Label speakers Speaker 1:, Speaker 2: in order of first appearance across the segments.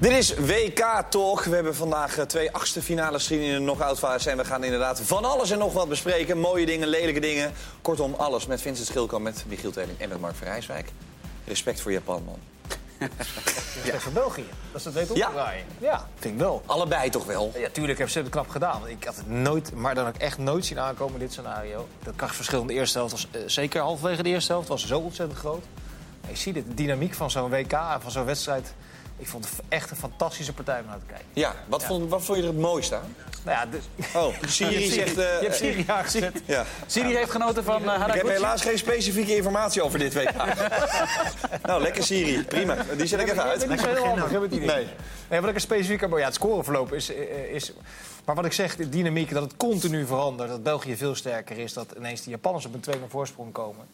Speaker 1: Dit is WK Talk. We hebben vandaag eh, twee achtste finales gezien in de knock-out fase. En we gaan inderdaad van alles en nog wat bespreken. Mooie dingen, lelijke dingen. Kortom, alles met Vincent Schilkamp, met Michiel Teling en met Mark van Rijswijk. Respect voor Japan, man.
Speaker 2: Tegen België. Dat ze het weten
Speaker 1: Ja.
Speaker 2: opdraaien. Ja, vind ik wel.
Speaker 1: Allebei toch wel?
Speaker 2: Ja, tuurlijk hebben ze het knap gedaan. Want Ik had het nooit, maar dan ook echt nooit zien aankomen, dit scenario. Dat krachtverschil in de eerste helft was eh, zeker halverwege de eerste helft. was zo ontzettend groot. Maar je ziet het, de dynamiek van zo'n WK en van zo'n wedstrijd. Ik vond het echt een fantastische partij om naar te kijken.
Speaker 1: Ja, wat, Vond, wat vond je er het mooiste aan?
Speaker 2: Nou ja, dus-
Speaker 1: Oh, Siri zegt... eh,
Speaker 2: je hebt Syrië aangezet.
Speaker 1: ja.
Speaker 3: Siri heeft genoten van eh
Speaker 1: Ik heb
Speaker 3: Haraguchi.
Speaker 1: helaas geen specifieke informatie over dit WK. nou, lekker Siri. Prima. Die zet ik even uit.
Speaker 2: Niet zo heel handig, heb ik het idee.
Speaker 1: Nee.
Speaker 2: Nee. wat ik er specifiek aan... Ja, het scoreverloop is, eh, is... Maar wat ik zeg, de dynamiek, dat het continu verandert. Dat België veel sterker is. Dat ineens de Japanners op een 2-0 voorsprong komen.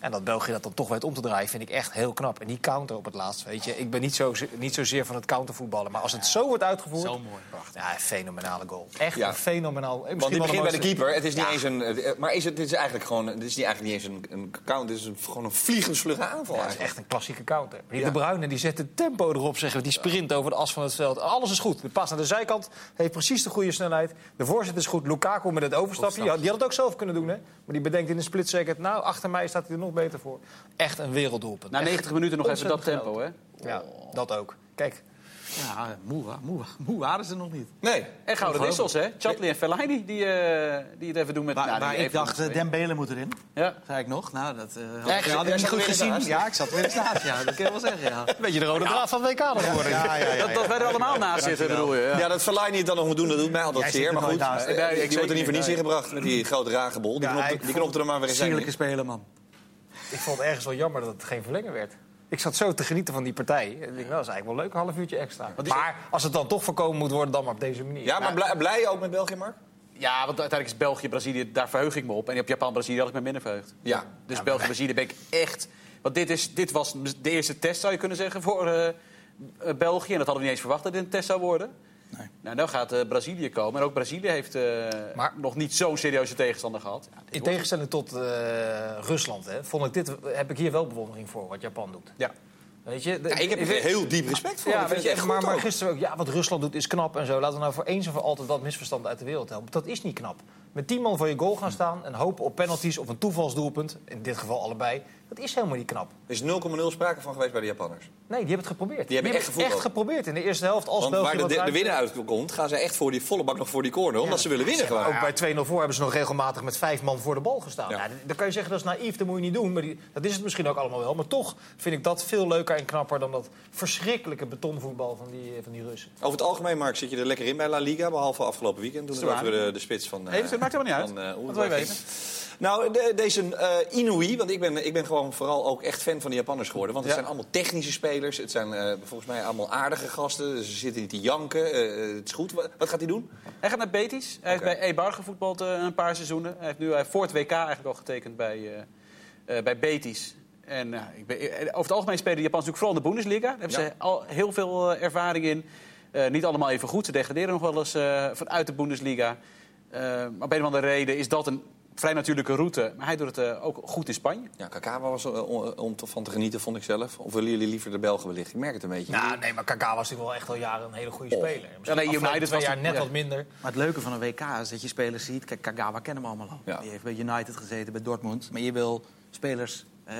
Speaker 2: En dat België dat dan toch weet om te draaien, vind ik echt heel knap. En die counter op het laatst, weet je. Ik ben niet, zo, niet zozeer van het countervoetballen. Maar als het zo wordt uitgevoerd...
Speaker 3: Zo mooi, prachtig.
Speaker 2: Ja, een fenomenale goal. Echt
Speaker 1: Ja.
Speaker 2: een fenomenaal... eh,
Speaker 1: Want
Speaker 2: misschien
Speaker 1: die begint
Speaker 2: wel
Speaker 1: bij de
Speaker 2: mooiste-
Speaker 1: keeper. Het is niet eens een. eh, Maar is het, dit is eigenlijk gewoon. Dit is niet eigenlijk niet eens een, een count. Dit is een, gewoon een vliegensvlugge aanval.
Speaker 2: Ja, dat is
Speaker 1: eigenlijk.
Speaker 2: echt een klassieke counter. Maar die
Speaker 1: Ja.
Speaker 2: De Bruyne die zet het tempo erop, zeggen we. Die sprint over de as van het veld. Alles is goed. De pas naar de zijkant heeft precies de goede snelheid. De voorzet is goed. Lukaku met het overstapje. Die had, die had het ook zelf kunnen doen, hè? Maar die bedenkt in een split second... nou, achter mij staat hij er nog beter voor. Echt een werelddoelpunt.
Speaker 3: Na
Speaker 2: Echt
Speaker 3: 90 minuten nog even dat
Speaker 2: ontzettend
Speaker 3: tempo, hè?
Speaker 2: Ja, dat ook. Kijk,
Speaker 4: Ja, moe, wa- moe, wa- moe waren ze nog niet.
Speaker 1: Nee.
Speaker 3: En gouden wissels, hè? Chatley en Fellaini, die, eh, die het even doen met...
Speaker 4: Waar,
Speaker 3: nou, die
Speaker 4: waar ik
Speaker 3: even
Speaker 4: dacht,
Speaker 3: met
Speaker 4: eh,
Speaker 3: twee.
Speaker 4: Den Belen moet erin.
Speaker 3: Ja.
Speaker 4: Zei ik nog. Nou, dat eh, had,
Speaker 1: jij
Speaker 4: ik- had
Speaker 1: zat
Speaker 4: ik niet
Speaker 1: er
Speaker 4: goed
Speaker 1: weer in
Speaker 4: gezien.
Speaker 1: naast.
Speaker 4: Ja, ik zat er weer in staat. Ja, dat kan je wel zeggen, ja.
Speaker 2: een beetje de rode draad van het WK nog geworden.
Speaker 4: Ja, ja, ja.
Speaker 3: Dat, dat wij er allemaal naast zitten, bedoel je? Ja.
Speaker 1: Ja, dat Verlaine niet dan nog moet doen, dat doet mij altijd
Speaker 4: Jij zit
Speaker 1: zeer.
Speaker 4: er
Speaker 1: Maar goed,
Speaker 4: nooit naast.
Speaker 1: eh,
Speaker 3: Nee,
Speaker 1: die
Speaker 3: ik
Speaker 1: wordt er niet
Speaker 3: zeker
Speaker 1: voor niets
Speaker 3: niet.
Speaker 1: ingebracht. met Die grote rage bol. Die,
Speaker 4: Ja,
Speaker 1: knopte,
Speaker 4: ik
Speaker 1: die knopte er maar weer eens in.
Speaker 4: Sierlijke speler, man.
Speaker 2: Ik vond het ergens wel jammer dat het geen verlengen werd. Ik zat zo te genieten van die partij. Ik dacht, nou, dat is eigenlijk wel leuk, een half uurtje extra. Maar als het dan toch voorkomen moet worden, dan maar op deze manier.
Speaker 1: Ja, maar blij, blij ook met België, Mark?
Speaker 3: Ja, want uiteindelijk is België, Brazilië, daar verheug ik me op. En op Japan, Brazilië had ik me minder verheugd.
Speaker 1: Ja.
Speaker 3: Dus België, Brazilië ben ik echt... Want dit, is, dit was de eerste test, zou je kunnen zeggen, voor eh, eh, België. En dat hadden we niet eens verwacht dat dit een test zou worden. Nee. Nou, nou gaat eh, Brazilië komen. En ook Brazilië heeft eh,
Speaker 2: Maar-
Speaker 3: nog niet zo'n serieuze tegenstander gehad. Ja, dit
Speaker 2: In
Speaker 3: wordt-
Speaker 2: tegenstelling tot eh, Rusland hè, vond ik dit, heb ik hier wel bewondering voor wat Japan doet.
Speaker 3: Ja.
Speaker 2: Weet je, de-
Speaker 1: Ja, ik heb er heel diep respect voor.
Speaker 2: ja,
Speaker 1: Dat
Speaker 2: weet
Speaker 1: vind
Speaker 2: je,
Speaker 1: ik echt
Speaker 2: maar,
Speaker 1: goed
Speaker 2: maar
Speaker 1: ook.
Speaker 2: gisteren ook, ja, wat Rusland doet is knap en zo. Laten we nou voor eens en voor altijd dat misverstand uit de wereld helpen. Dat is niet knap. Met tien man voor je goal gaan staan en hopen op penalties of een toevalsdoelpunt, in dit geval allebei, dat is helemaal niet knap.
Speaker 1: Er is 0,0 sprake van geweest bij de Japanners.
Speaker 2: Nee, die hebben het geprobeerd.
Speaker 1: Die hebben echt
Speaker 2: het
Speaker 1: gevoetbald.
Speaker 2: echt geprobeerd in de eerste helft. Als
Speaker 1: Want
Speaker 2: België
Speaker 1: waar de,
Speaker 2: wat
Speaker 1: de, de
Speaker 2: ruimte-
Speaker 1: winnaar uitkomt, gaan ze echt voor die volle bak nog voor die corner. Omdat ze willen winnen gewoon.
Speaker 2: Ook bij 2-0 voor hebben ze nog regelmatig met vijf man voor de bal gestaan.
Speaker 1: Ja.
Speaker 2: Ja. dan kan je zeggen dat is naïef, dat moet je niet doen. Maar die, dat is het misschien ook allemaal wel. Maar toch vind ik dat veel leuker en knapper dan dat verschrikkelijke betonvoetbal van die, eh, van die Russen.
Speaker 1: Over het algemeen, Mark, zit je er lekker in bij La Liga. Behalve afgelopen weekend. Toen
Speaker 3: waar.
Speaker 1: we de, de spits van. eh,
Speaker 3: Even, het maakt helemaal niet uit.
Speaker 1: van, eh,
Speaker 3: Wat
Speaker 1: Uruguay
Speaker 3: wil je
Speaker 1: ging.
Speaker 3: weten?
Speaker 1: Nou, de- deze eh, Inui, want ik ben, ik ben gewoon vooral ook echt fan van de Japanners geworden. Want het zijn allemaal technische spelers. Het zijn eh, volgens mij allemaal aardige gasten. Ze zitten niet te janken. eh, eh, het is goed. Wat, wat gaat hij doen?
Speaker 3: Hij gaat naar Betis. Hij
Speaker 1: Oké.
Speaker 3: heeft bij Eibar gevoetbald eh, een paar seizoenen. Hij heeft nu hij heeft voor het WK eigenlijk al getekend bij, eh, eh, bij Betis. En ja, ik ben, eh, over het algemeen spelen de Japans natuurlijk vooral in de Bundesliga. Daar hebben
Speaker 1: Ja.
Speaker 3: ze al heel veel eh, ervaring in. Eh, niet allemaal even goed. Ze degraderen nog wel eens eh, vanuit de Bundesliga. Eh, maar op een of andere reden is dat een vrij natuurlijke route. Maar hij doet het eh, ook goed in Spanje.
Speaker 1: Ja, Kaka was er, eh, om, om te- van te genieten, vond ik zelf. Of willen jullie liever de Belgen wellicht? Ik merk het een beetje.
Speaker 2: Nou, nee, maar Kaká was natuurlijk wel echt al jaren een hele goede
Speaker 1: Oh.
Speaker 2: speler.
Speaker 3: Ja, nee,
Speaker 2: afgelopen
Speaker 3: United
Speaker 2: twee
Speaker 3: was
Speaker 2: jaar
Speaker 3: het-
Speaker 2: net
Speaker 3: ja.
Speaker 2: wat minder.
Speaker 4: Maar het leuke van een WK is dat je spelers ziet. Kijk, Kagawa kennen we allemaal al.
Speaker 1: Ja.
Speaker 4: Die heeft bij United gezeten, bij Dortmund. Maar je wil spelers eh,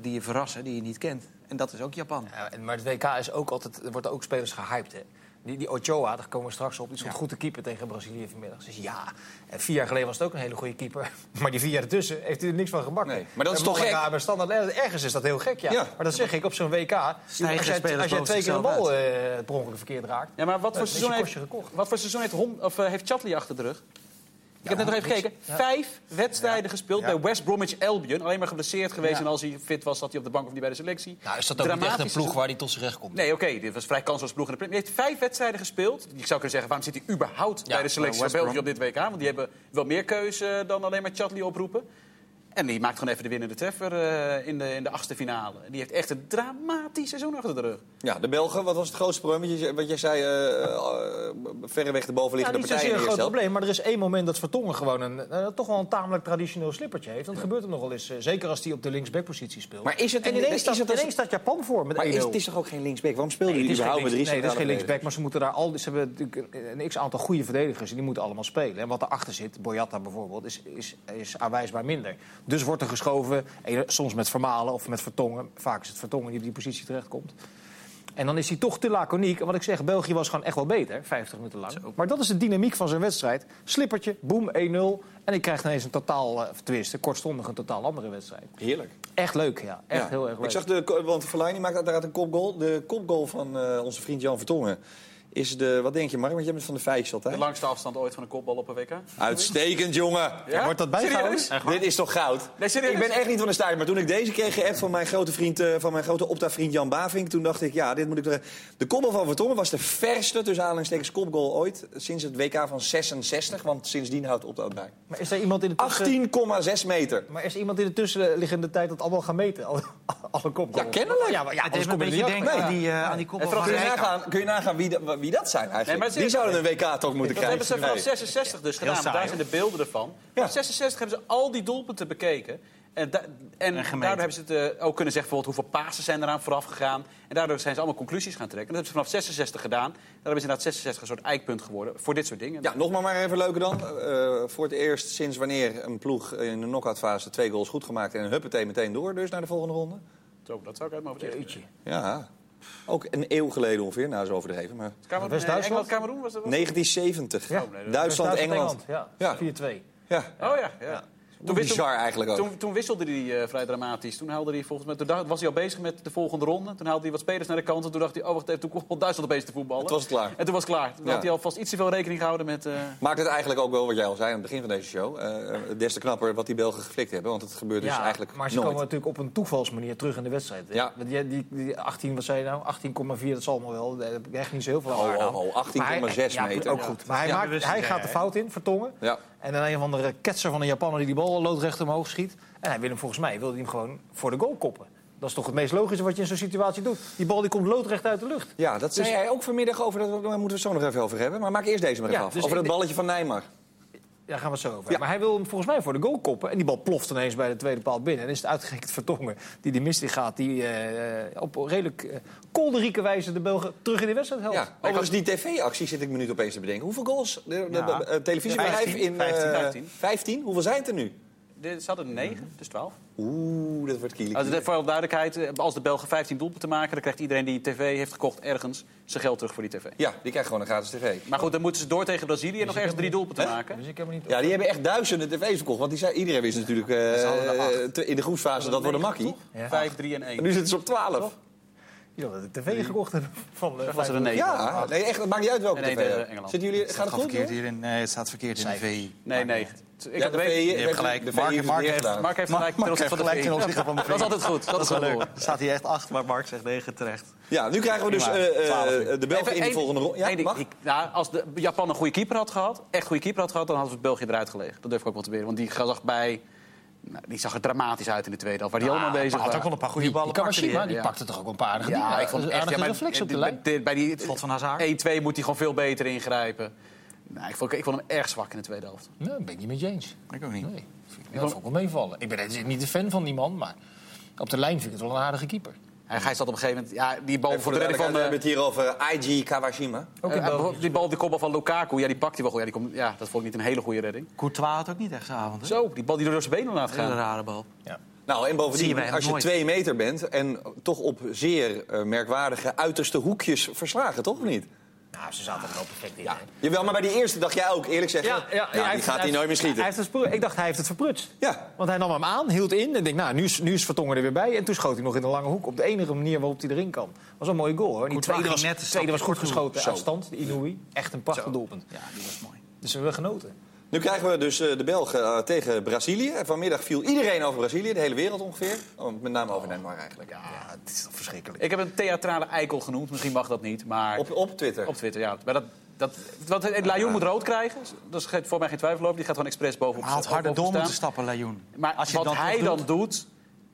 Speaker 4: die je verrassen, die je niet kent. En dat is ook Japan.
Speaker 2: Ja, Eh, en- maar het WK is ook altijd, er worden ook spelers gehyped. Hè. Die, die Ochoa, daar komen we straks op, die stond goed te keeper tegen Brazilië vanmiddag. Dus ja, en vier jaar geleden was het ook een hele goede keeper. Maar die vier jaar ertussen heeft hij er niks van gebakken.
Speaker 1: Nee, maar dat is
Speaker 2: En
Speaker 1: toch
Speaker 2: Malaga
Speaker 1: gek?
Speaker 2: bij standaard, eh, ergens is dat heel gek, ja.
Speaker 1: Ja.
Speaker 2: Maar dat zeg ik op zo'n WK. joh,
Speaker 4: Stijgen
Speaker 2: Als jij,
Speaker 4: spelers
Speaker 2: als jij
Speaker 4: boven
Speaker 2: twee keer een
Speaker 4: zichzelf
Speaker 2: bal eh per ongeluk verkeerd raakt.
Speaker 3: Ja, maar wat
Speaker 2: dan
Speaker 3: voor
Speaker 2: is je
Speaker 3: seizoen heeft,
Speaker 2: kostje gekocht.
Speaker 3: wat voor seizoen heeft, Hon, of, eh, heeft Chatley achter de rug? Ik heb net nog even
Speaker 2: niks.
Speaker 3: gekeken.
Speaker 2: Ja.
Speaker 3: Vijf wedstrijden gespeeld
Speaker 4: Ja.
Speaker 3: bij West Bromwich Albion. Alleen maar geblesseerd geweest. En als hij fit was, zat hij op de bank of niet bij de selectie.
Speaker 2: Nou, is dat ook niet echt een
Speaker 3: Dramatisch
Speaker 2: ploeg
Speaker 3: seizoen.
Speaker 2: waar hij tot zijn recht komt?
Speaker 3: Nee, oké. dit was vrij kansloos ploeg in de Premier League. Hij heeft vijf wedstrijden gespeeld. Ik zou kunnen zeggen, waarom zit hij überhaupt bij de selectie
Speaker 4: maar
Speaker 3: van
Speaker 4: West
Speaker 3: België op dit WK? Want die hebben wel meer keuze eh, dan alleen maar Chatley oproepen. En die maakt gewoon even de winnende treffer eh, in, de, in de achtste finale. Die heeft echt een dramatisch seizoen achter de rug.
Speaker 1: Ja, de Belgen, wat was het grootste probleem? Wat, je, wat jij zei, eh, eh, verreweg de bovenliggende
Speaker 2: Ja, Nou, niet
Speaker 1: partij in
Speaker 2: zozeer een
Speaker 1: de
Speaker 2: groot
Speaker 1: eerste helft.
Speaker 2: probleem, maar er is één moment dat Vertongen gewoon een, eh, toch wel een tamelijk traditioneel slippertje heeft. Dat gebeurt hem nogal eens, eh, zeker als hij op de linksbackpositie speelt.
Speaker 1: Maar is het
Speaker 2: en
Speaker 1: een-
Speaker 2: ineens,
Speaker 1: is
Speaker 2: staat,
Speaker 1: het een-
Speaker 2: ineens staat Japan voor met 1-0.
Speaker 1: Maar is, het is toch ook geen linksback? Waarom speelde
Speaker 2: Nee,
Speaker 1: jullie
Speaker 2: het is geen
Speaker 1: überhaupt met drie
Speaker 2: links- nee, dat is
Speaker 1: centrale
Speaker 2: geen linksback, maar ze moeten daar al. Ze hebben natuurlijk een, een x-aantal goede verdedigers en die moeten allemaal spelen. En wat erachter zit, Boyata bijvoorbeeld, is, is, is aanwijsbaar minder. Dus wordt er geschoven, en soms met vermalen of met vertongen. Vaak is het vertongen die op die positie terechtkomt. En dan is hij toch te laconiek. En wat ik zeg, België was gewoon echt wel beter, 50 minuten lang. Maar dat is de dynamiek van zijn wedstrijd. Slippertje, boem, 1-0. En ik krijg ineens een totaal, eh, tenminste, kortstondig een totaal andere wedstrijd.
Speaker 1: Heerlijk.
Speaker 2: Echt leuk, ja. Echt
Speaker 1: Ja.
Speaker 2: heel erg leuk.
Speaker 1: Ik zag de, ko- want Verlaine maakt uiteraard een kopgoal. De kopgoal van eh, onze vriend Jan Vertongen is de, wat denk je Mark, want jij bent van de vijfjes
Speaker 3: De
Speaker 1: altijd.
Speaker 3: langste afstand ooit van een kopbal op een WK.
Speaker 1: Uitstekend jongen.
Speaker 3: Ja?
Speaker 2: Wordt dat bijgehouden?
Speaker 3: Serieus?
Speaker 1: Dit is toch goud?
Speaker 3: Nee, serieus?
Speaker 1: Ik ben echt niet van de staart, maar toen ik deze kreeg geappt van mijn grote vriend, eh, van mijn grote opta-vriend Jan Bavink, toen dacht ik, ja, dit moet ik... er- De kopbal van Vertongen was de verste, tussen aanhalingstekens, kopgoal ooit, sinds het WK van 66, want sindsdien houdt opta het bij.
Speaker 2: Maar is er iemand in de tussen-
Speaker 1: 18,6 meter.
Speaker 2: Maar is er iemand in de tussenliggende tijd dat allemaal gaan meten? Alle, alle
Speaker 1: Ja,
Speaker 2: kopgoals.
Speaker 1: kennelijk.
Speaker 2: Ja, maar ja, anders
Speaker 4: het heeft een
Speaker 2: kom je er niet
Speaker 4: beetje denken
Speaker 2: achter.
Speaker 1: Nee.
Speaker 4: aan die, eh, aan die
Speaker 1: En
Speaker 4: koppel
Speaker 1: vooral
Speaker 4: van
Speaker 1: kun, je
Speaker 4: Rijkaard.
Speaker 1: nagaan, kun je nagaan wie, dat- wie dat zijn
Speaker 3: Nee,
Speaker 1: eigenlijk?
Speaker 3: maar het is-
Speaker 1: die zouden een WK toch moeten
Speaker 3: Dat
Speaker 1: krijgen.
Speaker 3: hebben ze vanaf
Speaker 1: Nee.
Speaker 3: 66 dus gedaan. want
Speaker 2: saai,
Speaker 3: daar zijn de beelden ervan.
Speaker 1: Ja.
Speaker 3: Op 66 hebben ze al die doelpunten bekeken. En, da- en
Speaker 4: gemeten.
Speaker 3: daardoor hebben ze het, eh, ook kunnen zeggen bijvoorbeeld hoeveel pasen zijn eraan vooraf gegaan. En daardoor zijn ze allemaal conclusies gaan trekken. En dat hebben ze vanaf 66 gedaan. Daar hebben ze inderdaad 66 een soort eikpunt geworden voor dit soort dingen.
Speaker 1: Ja, nog maar, maar even leuker dan. Eh, voor het eerst sinds wanneer een ploeg in de knock-outfase twee goals goed gemaakt... en huppatee meteen door dus naar de volgende ronde?
Speaker 3: Zo, dat zou ik uit mijn hoofd zeggen.
Speaker 1: Ja, ook een eeuw geleden ongeveer. Nou, is overdreven, maar...
Speaker 3: Kamerun-
Speaker 2: West-Duitsland?
Speaker 3: eh, Engeland, Cameroen was dat? wel?
Speaker 1: 1970.
Speaker 2: Ja.
Speaker 1: Duitsland, Engeland.
Speaker 2: Ja,
Speaker 1: Ja.
Speaker 2: 4-2.
Speaker 1: Ja,
Speaker 3: Oh ja, ja. Toen wisselde-
Speaker 1: bizar eigenlijk ook.
Speaker 3: Toen, toen wisselde hij eh, vrij dramatisch. Toen, haalde hij volgens mij, toen dacht- was hij al bezig met de volgende ronde. Toen haalde hij wat spelers naar de kant. En toen dacht hij, oh wacht even, toen kwam Duitsland opeens te voetballen.
Speaker 1: Het was het klaar.
Speaker 3: En toen was het klaar. Toen
Speaker 1: Ja.
Speaker 3: had hij alvast iets te veel rekening gehouden met... eh,
Speaker 1: Maakt het eigenlijk ook wel wat jij al zei aan het begin van deze show. eh, eh, des te knapper wat die Belgen geflikt hebben. Want het gebeurt dus eigenlijk
Speaker 2: maar ze
Speaker 1: nooit.
Speaker 2: komen natuurlijk op een toevalsmanier terug in de wedstrijd. hè?
Speaker 1: Ja.
Speaker 2: Want Die, die, die 18, wat zei je nou? 18,4, dat zal allemaal wel. Daar heb ik echt niet zo heel veel aan.
Speaker 1: Oh, oh,
Speaker 2: waarde aan.
Speaker 1: oh, 18,6
Speaker 2: Maar hij- ja,
Speaker 1: meter.
Speaker 2: Ook
Speaker 1: Ja.
Speaker 2: goed. Maar hij,
Speaker 1: Ja.
Speaker 2: maakt, hij gaat de fout in, vertongen.
Speaker 1: Ja.
Speaker 2: En dan een of andere ketser van een Japaner die die bal loodrecht omhoog schiet. En hij wil hem volgens mij wilde hij hem gewoon voor de goal koppen. Dat is toch het meest logische wat je in zo'n situatie doet. Die bal die komt loodrecht uit de lucht.
Speaker 1: Ja, dat zei jij ook vanmiddag over. Dat, daar moeten we het zo nog even over hebben. Maar maak eerst deze maar even
Speaker 2: Ja,
Speaker 1: af.
Speaker 2: dus
Speaker 1: over
Speaker 2: ik
Speaker 1: dat balletje van Nijmar.
Speaker 2: Daar gaan we het zo over.
Speaker 1: Ja.
Speaker 2: Maar hij wil hem volgens mij voor de goal koppen. En die bal ploft ineens bij de tweede paal binnen. En is het uitgerekend Vertongen die die mist in gaat. Die eh, op redelijk eh, kolderieke wijze de Belgen terug in de wedstrijd helpt.
Speaker 1: Ja, overigens,
Speaker 2: dus
Speaker 1: die tv-actie zit ik me nu opeens te bedenken. Hoeveel goals? De, de,
Speaker 2: Ja.
Speaker 1: de- eh, televisiebedrijf
Speaker 3: 15,
Speaker 1: in... eh,
Speaker 3: 15, 15.
Speaker 1: 15? Hoeveel zijn het er nu?
Speaker 3: dit- ze hadden 9, dus 12.
Speaker 1: Oeh, dat wordt kielig.
Speaker 3: Als, voor alle duidelijkheid, eh, als de Belgen 15 doelpunten maken... dan krijgt iedereen die tv heeft gekocht ergens zijn geld terug voor die tv.
Speaker 1: Ja, die krijgt gewoon een gratis tv.
Speaker 3: Maar goed, dan moeten ze door tegen Brazilië en nog ergens drie doelpunten maken.
Speaker 2: Dus ik heb hem niet...
Speaker 1: Ja, die hebben echt duizenden tv's verkocht. Want die zei, iedereen wist natuurlijk eh, te- in de groepsfase dat wordt een makkie.
Speaker 2: Ja.
Speaker 3: 5, 3 en 1.
Speaker 1: En nu zitten ze op 12.
Speaker 2: Je had de tv gekocht hebben van eh,
Speaker 3: was er een
Speaker 2: Feyenoord.
Speaker 3: negen.
Speaker 1: Ja, nee, echt, het maakt niet uit welke
Speaker 3: Nee,
Speaker 1: tv.
Speaker 3: nee,
Speaker 1: ook.
Speaker 3: de Engeland.
Speaker 1: Zitten jullie,
Speaker 4: Het
Speaker 1: gaat
Speaker 4: staat
Speaker 1: het
Speaker 4: gewoon
Speaker 1: goed?
Speaker 4: verkeerd
Speaker 1: joh?
Speaker 4: hier in, nee, het staat verkeerd in de VI.
Speaker 3: Nee, nee. Ik
Speaker 1: Ja,
Speaker 3: had
Speaker 1: de E-
Speaker 3: weet-
Speaker 1: VI,
Speaker 4: hebt gelijk.
Speaker 1: de VI
Speaker 4: Mark-
Speaker 1: heeft het
Speaker 4: Mark
Speaker 1: weer
Speaker 4: heeft-
Speaker 1: gedaan.
Speaker 3: Mark heeft gelijk ten
Speaker 4: Mark
Speaker 3: opzichte
Speaker 4: heeft
Speaker 3: van de
Speaker 4: gelijk ten
Speaker 3: VI.
Speaker 4: opzichte van de
Speaker 3: Dat is altijd goed. Dat is wel leuk.
Speaker 4: Staat hier echt acht, maar Mark zegt negen terecht.
Speaker 1: Ja, nu krijgen we dus
Speaker 4: Prima.
Speaker 1: eh, eh,
Speaker 4: 12 uur.
Speaker 1: de Belgen in de volgende ronde. Ja,
Speaker 3: Eén ding.
Speaker 1: mag?
Speaker 3: Ik- nou, als de Japan een goede keeper had gehad, echt goede keeper had gehad, dan hadden we België eruit gelegen. Dat durf ik ook wel te beweren. Want die zag bij, nou, die zag er dramatisch uit in de tweede helft. Waar die allemaal bezig
Speaker 4: had ook wel
Speaker 3: waren.
Speaker 4: een paar goede ballen. pakte
Speaker 2: Kawashima,
Speaker 4: die.
Speaker 2: eh, die
Speaker 3: ja.
Speaker 2: pakte toch ook een paar dus aardige
Speaker 3: Ja, ik vond het echt. ja, maar
Speaker 2: reflex op de
Speaker 3: bij-
Speaker 2: lijn.
Speaker 3: Bij, bij die
Speaker 4: Schot van Hazard.
Speaker 3: 1-2 moet hij gewoon veel beter ingrijpen. Nou, ik, vond, ik vond hem erg zwak in de tweede helft.
Speaker 2: Nee, dat ben ik niet met je eens.
Speaker 4: Ik ook niet.
Speaker 2: Nee, vind ik- dat vond ik wel meevallen. Ik ben echt niet een fan van die man, maar op de lijn vind ik het wel een aardige keeper.
Speaker 3: Hij, hij zat op een gegeven moment, ja, die bal
Speaker 1: En
Speaker 3: voor de redding van...
Speaker 1: duidelijkheid, we
Speaker 3: eh,
Speaker 1: hebben het hier over IG Kawashima.
Speaker 2: Ook in
Speaker 3: eh,
Speaker 2: België.
Speaker 3: bijvoorbeeld die bal op de kopbal van Lukaku, ja, die pakt hij wel goed. Ja, die komt, ja, dat vond ik niet een hele goede redding.
Speaker 4: Courtois had ook niet echt zijn avond. hè?
Speaker 3: Zo, die bal die door zijn benen laat
Speaker 4: Hele
Speaker 3: gaan.
Speaker 4: rare bal.
Speaker 1: Nou, en
Speaker 4: Zie je
Speaker 1: bovendien,
Speaker 4: bij hem
Speaker 1: als je
Speaker 4: nooit.
Speaker 1: twee meter bent... en toch op zeer eh, merkwaardige uiterste hoekjes verslagen, toch of niet?
Speaker 2: Nou, ze zaten er wel perfect in.
Speaker 1: Ja. Jawel, maar bij die eerste dacht jij ook, eerlijk zeggen... Ja, die gaat hij nooit meer schieten.
Speaker 2: Hij heeft het verprutst. ik dacht, hij heeft het verprutst.
Speaker 1: Ja.
Speaker 2: Want hij nam hem aan, hield in en denkt, nou, nu is, nu is Vertongen er weer bij. En toen schoot hij nog in de lange hoek op de enige manier waarop hij erin kan. was een mooie goal, hoor. Die
Speaker 4: Courtois
Speaker 2: tweede
Speaker 4: ging
Speaker 2: was,
Speaker 4: net een
Speaker 2: tweede was goed
Speaker 4: stapje goed
Speaker 2: geschoten, uit stand, de Inouï. Echt een prachtig doelpunt.
Speaker 4: Ja, die was mooi.
Speaker 2: Dus we hebben genoten.
Speaker 1: Nu krijgen we dus eh, de Belgen eh, tegen Brazilië. En Vanmiddag viel iedereen over Brazilië, de hele wereld ongeveer. Oh, met name over Neymar eigenlijk.
Speaker 2: Ja, het is toch verschrikkelijk.
Speaker 3: Ik heb hem theatrale eikel genoemd, misschien mag dat niet, maar...
Speaker 1: Op, op Twitter.
Speaker 3: Op Twitter, ja. Maar dat Dat, want eh, Lajoen moet rood krijgen. Dat is geen- voor mij geen twijfel over. Die gaat gewoon expres bovenop
Speaker 4: Hij had
Speaker 3: bovenop
Speaker 4: harder door
Speaker 3: staan.
Speaker 4: moeten stappen, Lajoen.
Speaker 3: Maar
Speaker 4: Als je
Speaker 3: wat
Speaker 4: dat
Speaker 3: hij
Speaker 4: doet-
Speaker 3: dan doet...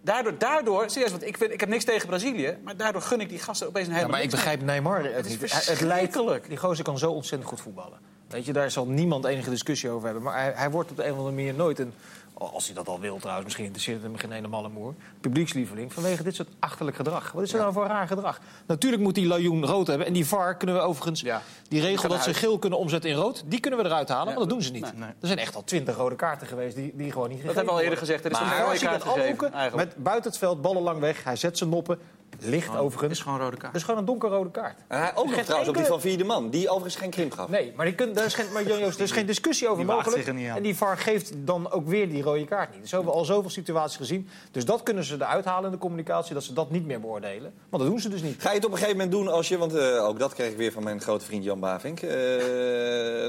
Speaker 3: Daardoor, daardoor serieus, want ik, vind, ik heb niks tegen Brazilië... maar daardoor gun ik die gasten opeens een
Speaker 2: Ja,
Speaker 3: hele...
Speaker 2: maar ik begrijp Neymar het
Speaker 3: is
Speaker 2: niet. Hij- Het lijkt,
Speaker 3: verschrikkelijk.
Speaker 2: die gozer kan zo ontzettend goed voetballen. Weet je, daar zal niemand enige discussie over hebben. Maar hij, hij wordt op de een of andere manier nooit een... Oh, Als hij dat al wil trouwens, misschien interesseert het hem geen ene malle moer. Publiekslieveling, vanwege dit soort achterlijk gedrag. Wat is dat nou voor raar gedrag? Natuurlijk moet die Lajoen rood hebben. En die VAR kunnen we overigens...
Speaker 3: Ja.
Speaker 2: Die
Speaker 3: Die
Speaker 2: regel
Speaker 3: gaan
Speaker 2: dat ze
Speaker 3: eruit.
Speaker 2: geel kunnen omzetten in rood, die kunnen we eruit halen.
Speaker 3: Ja.
Speaker 2: Maar dat doen ze niet.
Speaker 3: Nee.
Speaker 2: Er zijn echt al twintig rode kaarten geweest die, die gewoon niet gegeven
Speaker 3: hebben we al eerder gezegd, er is een
Speaker 2: maar
Speaker 3: rode
Speaker 2: als je
Speaker 3: kaart
Speaker 2: dat afhoeken,
Speaker 3: gegeven, eigenlijk.
Speaker 2: met buiten het veld, ballen lang weg. Hij zet zijn noppen, licht
Speaker 4: Het
Speaker 2: overigens.
Speaker 4: is gewoon rode
Speaker 2: Dat
Speaker 4: kaart.
Speaker 2: is gewoon een donkerrode kaart.
Speaker 1: En hij ook nog
Speaker 2: Geen
Speaker 1: trouwens op die
Speaker 2: enkele-
Speaker 1: van vierde man. Die overigens geen krimp gaf.
Speaker 2: Nee, maar, die kun, daar is geen, maar Jan Joost, er is geen discussie over
Speaker 4: Die waagt
Speaker 2: mogelijk.
Speaker 4: zich er niet aan.
Speaker 2: En die VAR geeft dan ook weer die rode kaart niet. Dus we hebben al zoveel situaties gezien. Dus dat kunnen ze eruit halen in de communicatie, dat ze dat niet meer beoordelen. Want dat doen ze dus niet.
Speaker 1: Ga je het op een gegeven moment doen als je, want eh, ook dat kreeg ik weer van mijn grote vriend Jan Bavink. Eh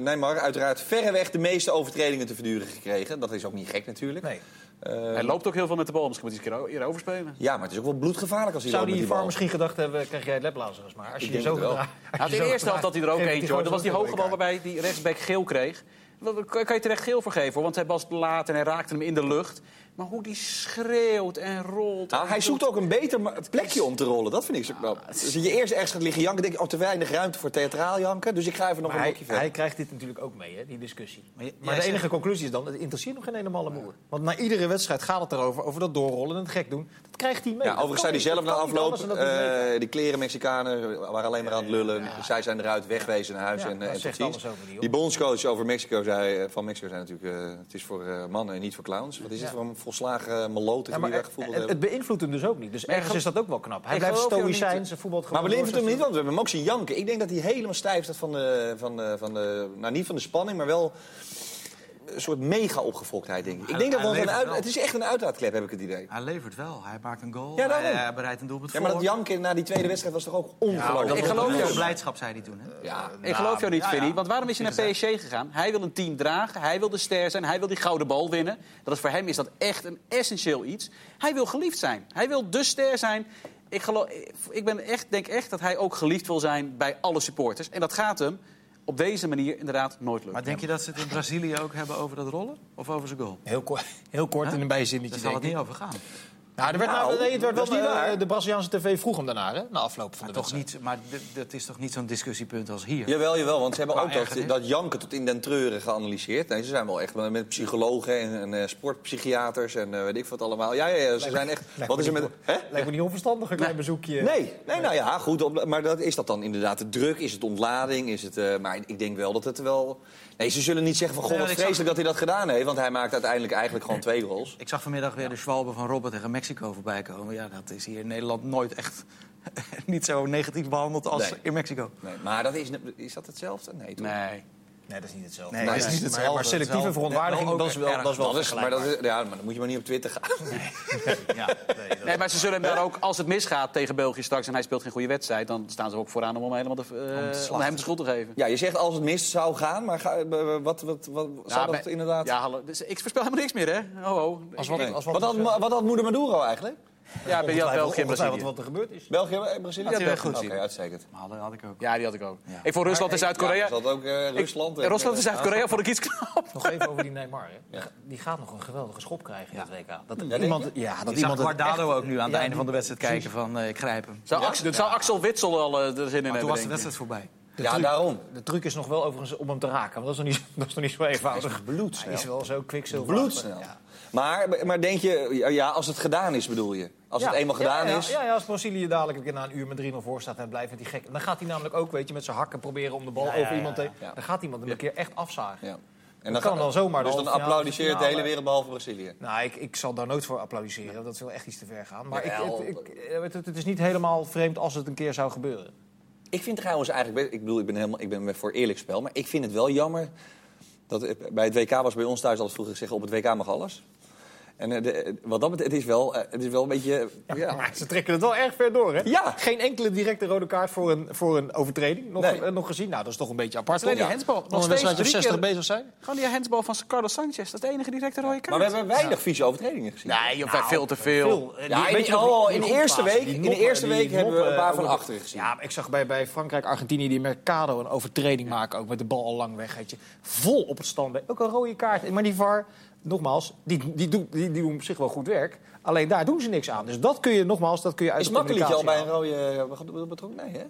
Speaker 1: Neymar uiteraard verreweg de meeste overtredingen te verduren gekregen. Dat is ook niet gek natuurlijk.
Speaker 2: Nee.
Speaker 1: Eh,
Speaker 3: Hij loopt ook heel veel met de bal. Misschien moet hij eens een keer o- eerder overspelen.
Speaker 1: ja, maar het is ook wel bloedgevaarlijk als hij
Speaker 2: Zou
Speaker 1: loopt met die
Speaker 2: die VAR
Speaker 1: bal.
Speaker 2: misschien gedacht hebben, krijg jij leplazers maar. Als je
Speaker 1: Ik denk
Speaker 2: je zo
Speaker 1: het wel.
Speaker 2: gedraagt...
Speaker 3: Hij had in de eerste helft dat hij er ook eentje hoor. Dat was die hoge bal waarbij die rechtsback geel kreeg. Daar kan kan je terecht geel voor geven hoor. Want hij was laat en hij raakte hem in de lucht. Maar hoe die schreeuwt en rolt.
Speaker 1: Nou,
Speaker 3: en
Speaker 1: hij
Speaker 3: doet-
Speaker 1: zoekt ook een beter ma- plekje om te rollen. Dat vind ik zo
Speaker 2: Ah,
Speaker 1: knap. Dus je eerst ergens gaat liggen janken, denk je, oh, te weinig ruimte voor theatraal janken. Dus ik ga even nog een
Speaker 2: hij,
Speaker 1: blokje verder.
Speaker 2: hij krijgt dit natuurlijk ook mee, hè, die discussie. Maar,
Speaker 4: Maar j-
Speaker 2: de
Speaker 4: jij zegt-
Speaker 2: enige conclusie is dan, het interesseert nog geen ene malle moer. Want na iedere wedstrijd gaat het erover, over dat doorrollen en het gek doen. Dat krijgt hij mee.
Speaker 1: Ja,
Speaker 2: Dat
Speaker 1: overigens
Speaker 2: kan
Speaker 1: zei hij
Speaker 2: niet-
Speaker 1: zelf
Speaker 2: dat
Speaker 1: na
Speaker 2: kan niet
Speaker 1: afloop,
Speaker 2: anders dan dat hij het weet.
Speaker 1: eh, die kleren Mexicanen waren alleen maar aan het lullen. Zij zijn eruit, wegwezen naar huis
Speaker 2: Ja,
Speaker 1: en,
Speaker 2: dat
Speaker 1: eh, en
Speaker 2: zegt
Speaker 1: tot
Speaker 2: alles
Speaker 1: ziens.
Speaker 2: over die, hoor.
Speaker 1: die bondscoach over Mexico zei, eh, van Mexico zei natuurlijk... eh, het is voor eh, mannen en niet voor clowns. Wat is het
Speaker 2: Ja.
Speaker 1: voor een volslagen malote
Speaker 2: Ja,
Speaker 1: die
Speaker 2: maar
Speaker 1: daar
Speaker 2: het,
Speaker 1: gevoeld
Speaker 2: het-
Speaker 1: hebben?
Speaker 2: het beïnvloedt hem dus ook niet. Dus
Speaker 3: Maar
Speaker 2: ergens
Speaker 3: ik
Speaker 2: is dat ook wel knap. Hij
Speaker 3: ik
Speaker 2: blijft
Speaker 3: geloof jou niet.
Speaker 2: stoïcijn, zijn voetbal gewoon
Speaker 1: Maar we leveren hem
Speaker 2: door.
Speaker 1: niet, want we hebben hem ook zien janken. Ik denk dat hij helemaal stijf staat van de, van de, van de... Nou, niet van de spanning, maar wel een soort mega opgefoktheid, denk ik. Ik
Speaker 4: Hij-
Speaker 1: denk dat we
Speaker 4: hij
Speaker 1: ons een
Speaker 4: levert
Speaker 1: uit-
Speaker 4: wel.
Speaker 1: Het is echt een uitlaatklep, heb ik het idee.
Speaker 4: Hij levert wel. Hij maakt een goal.
Speaker 1: Ja, daarom.
Speaker 4: hij, hij bereidt een doelpunt
Speaker 1: Ja,
Speaker 4: voor.
Speaker 1: maar dat janken na die tweede wedstrijd was toch ook ongelooflijk?
Speaker 3: dat-
Speaker 4: ik
Speaker 3: Ik geloof
Speaker 4: geloof
Speaker 3: jou.
Speaker 4: blijdschap, zei hij toen. Hè?
Speaker 1: Ja,
Speaker 3: Ik geloof jou niet,
Speaker 4: ja, ja.
Speaker 3: Vinnie. Want waarom is hij naar PSG gegaan? Hij wil een team dragen, hij wil de ster zijn, hij wil die gouden bal winnen. Dat is voor hem is dat echt een essentieel iets. Hij wil geliefd zijn. Hij wil de ster zijn. Ik, geloof, ik ben echt, denk echt dat hij ook geliefd wil zijn bij alle supporters. En dat gaat hem op deze manier inderdaad nooit lukken.
Speaker 4: Maar denk je dat ze het in Brazilië ook hebben over dat rollen? Of over zijn goal?
Speaker 2: Heel, ko- heel kort in een bijzinnetje.
Speaker 4: Daar zal het
Speaker 2: denk
Speaker 4: niet
Speaker 2: ik.
Speaker 4: over gaan.
Speaker 2: Nou, er werd nou,
Speaker 1: Nou,
Speaker 2: nee, het werd
Speaker 1: dat
Speaker 2: wel
Speaker 1: is niet
Speaker 2: eh,
Speaker 1: waar.
Speaker 2: de Braziliaanse tv vroeg hem daarna, hè? Na afloop van de
Speaker 4: Toch
Speaker 2: wedstrijd.
Speaker 4: niet, maar d- dat is toch niet zo'n discussiepunt als hier?
Speaker 1: Jawel, jawel, want ze hebben
Speaker 4: Maar
Speaker 1: ook
Speaker 4: erger,
Speaker 1: dat,
Speaker 4: hè?
Speaker 1: dat janken tot in den treuren geanalyseerd. Nee, ze zijn wel echt wel met psychologen en, en eh, sportpsychiaters en eh, weet ik wat allemaal. Ja, ja, ja, ze zijn echt... Wat is er met... Hè?
Speaker 2: Lijkt me niet onverstandig, een klein bezoekje.
Speaker 1: Nee, nee, nou ja, goed. op- Maar dat, is dat dan inderdaad de druk? Is het ontlading? Is het, eh, maar ik denk wel dat het wel... Nee, ze zullen niet zeggen van, god, wat
Speaker 4: Nee, want ik
Speaker 1: vreselijk dat hij dat gedaan heeft. Want hij maakt uiteindelijk eigenlijk gewoon twee goals.
Speaker 4: Ik zag vanmiddag weer de Schwalbe van Robben tegen Mexico voorbij komen. Ja, dat is hier in Nederland nooit echt niet zo negatief behandeld als
Speaker 1: Nee.
Speaker 4: in Mexico.
Speaker 1: Nee, maar dat is, is dat hetzelfde? Nee, toch?
Speaker 3: Nee.
Speaker 2: Nee, dat is niet hetzelfde.
Speaker 4: Nee, dat is niet
Speaker 2: Maar-
Speaker 4: hetzelfde.
Speaker 2: Maar selectieve
Speaker 4: Hetzelfde.
Speaker 2: verontwaardiging,
Speaker 4: Wel
Speaker 2: dat is
Speaker 4: ook
Speaker 2: wel, dat is wel
Speaker 1: Dat is, maar dat
Speaker 2: vergelijkbaar.
Speaker 1: is, ja, maar dan moet je maar niet op Twitter gaan.
Speaker 3: Nee, maar ze zullen hem daar ook, als het misgaat tegen België straks en hij speelt geen goede wedstrijd, dan staan ze ook vooraan om hem helemaal de, eh, om hem de schuld te geven.
Speaker 1: Ja, je zegt als het mis zou gaan, maar ga, eh, wat, wat, wat zou dat
Speaker 3: maar-
Speaker 1: inderdaad...
Speaker 3: Ja, hallo. Dus ik voorspel helemaal niks meer, hè? Oh, oh.
Speaker 2: Als wat,
Speaker 1: Nee.
Speaker 2: als
Speaker 1: wat, had, Ma- wat had moeder Maduro eigenlijk?
Speaker 3: Ja, bij België en
Speaker 2: ongetwijfeld
Speaker 3: Brazilië.
Speaker 2: wat er gebeurd is.
Speaker 1: België en Brazilië?
Speaker 4: Had hij wel goed
Speaker 1: Oké,
Speaker 4: zien.
Speaker 1: uitstekend.
Speaker 4: Maar dat had ik ook.
Speaker 3: Ja, die had ik ook. Ik voor Rusland en
Speaker 1: Ja,
Speaker 3: Zuid-Korea.
Speaker 1: dat ook eh, Rusland.
Speaker 3: Ik- Rusland en Zuid-Korea vond ik iets knap.
Speaker 2: Nog even over die Neymar. Hè. Die gaat nog een geweldige schop krijgen in het WK. Dat er
Speaker 1: denk
Speaker 2: iemand,
Speaker 1: je?
Speaker 2: ja, dat
Speaker 4: Ik zag
Speaker 2: iemand het
Speaker 4: Guardado ook nu aan het
Speaker 2: Ja,
Speaker 4: einde van de
Speaker 2: die-
Speaker 4: wedstrijd kijken van eh, ik grijp hem.
Speaker 3: Zou, Axel, zou Axel Witsel al eh, er zin in
Speaker 4: Maar toen
Speaker 3: hebben,
Speaker 4: was de
Speaker 3: denk ik.
Speaker 4: wedstrijd voorbij.
Speaker 2: De
Speaker 1: Ja,
Speaker 2: truc-
Speaker 1: daarom.
Speaker 2: De truc is nog wel overigens om hem te raken. Want dat is nog niet, dat is nog niet zo eenvoudig.
Speaker 1: bloedsnel.
Speaker 2: Hij is wel zo kwikzilver.
Speaker 1: Bloedsnel. Maar, maar denk je, ja, als het gedaan is bedoel je? Als het eenmaal gedaan
Speaker 2: ja, ja,
Speaker 1: is?
Speaker 2: Ja, ja, als Brazilië dadelijk een keer na een uur met 3-0 voor staat en blijft met die gek. Dan gaat hij namelijk ook weet je, met zijn hakken proberen om de bal
Speaker 4: Ja, ja,
Speaker 2: over
Speaker 4: ja,
Speaker 2: iemand te.
Speaker 1: ja.
Speaker 2: Dan gaat iemand hem een keer echt afzagen.
Speaker 1: Ja. En
Speaker 2: Dat kan
Speaker 1: ga-
Speaker 2: dan zomaar de
Speaker 1: Dus dan
Speaker 2: halve finale,
Speaker 1: applaudisseert de
Speaker 2: finale.
Speaker 1: hele wereld behalve Brazilië.
Speaker 2: Nou, ik, ik zal daar nooit voor applaudisseren. Dat wil echt iets te ver gaan. Maar ik,
Speaker 1: Jawel.
Speaker 2: het, ik, eh, het, het is niet helemaal vreemd als het een keer zou gebeuren.
Speaker 1: Ik vind trouwens eigenlijk, best- ik bedoel, ik ben, helemaal, ik ben voor eerlijk spel, maar ik vind het wel jammer. Dat, bij het WK was bij ons thuis altijd vroeger gezegd: op het WK mag alles. En eh, de- wat dat betreft, het is wel, eh, het is wel een beetje... eh, Ja,
Speaker 2: Maar ze trekken het wel erg ver door, hè?
Speaker 1: Ja.
Speaker 2: Geen enkele directe rode kaart voor een, voor een overtreding nog,
Speaker 1: Nee.
Speaker 2: eh, nog gezien. Nou, dat is toch een beetje apart.
Speaker 3: Alleen die
Speaker 2: toch?
Speaker 3: handsbal.
Speaker 2: Nog
Speaker 3: Nog
Speaker 2: een
Speaker 3: steeds
Speaker 2: wedstrijdje of
Speaker 3: drie
Speaker 2: 60
Speaker 3: keer-
Speaker 2: bezig zijn.
Speaker 3: Gewoon die handsbal van Carlos Sanchez. Dat is de
Speaker 2: Nou,
Speaker 3: enige directe rode kaart.
Speaker 1: maar we hebben weinig vieze overtredingen gezien.
Speaker 3: Nee, joh,
Speaker 1: Nou,
Speaker 3: wij veel te veel.
Speaker 2: eh,
Speaker 1: Ja,
Speaker 2: die-
Speaker 1: in-
Speaker 2: weet je nog,
Speaker 1: oh,
Speaker 2: die-
Speaker 1: in de
Speaker 2: die
Speaker 1: eerste week-
Speaker 2: groepsfase, die
Speaker 1: in de
Speaker 2: noppen,
Speaker 1: eerste
Speaker 2: die
Speaker 1: week hebben we
Speaker 2: noppen,
Speaker 1: een paar
Speaker 2: eh,
Speaker 1: van
Speaker 2: over-
Speaker 1: achteren gezien.
Speaker 2: Ja, maar ik zag bij, bij Frankrijk, Argentinië, die Mercado een overtreding maken. Ook met de bal al lang weg, weet je. Vol op het standbeen. Ook een rode kaart. Maar die VAR, nogmaals, die, die, doen, die, die doen op zich wel goed werk. Alleen daar doen ze niks aan. Dus dat kun je, nogmaals, dat kun je uit
Speaker 1: Is
Speaker 2: de
Speaker 1: Makkelijk al bij een
Speaker 2: communicatie
Speaker 1: rode eh, betrokken? Nee, hè?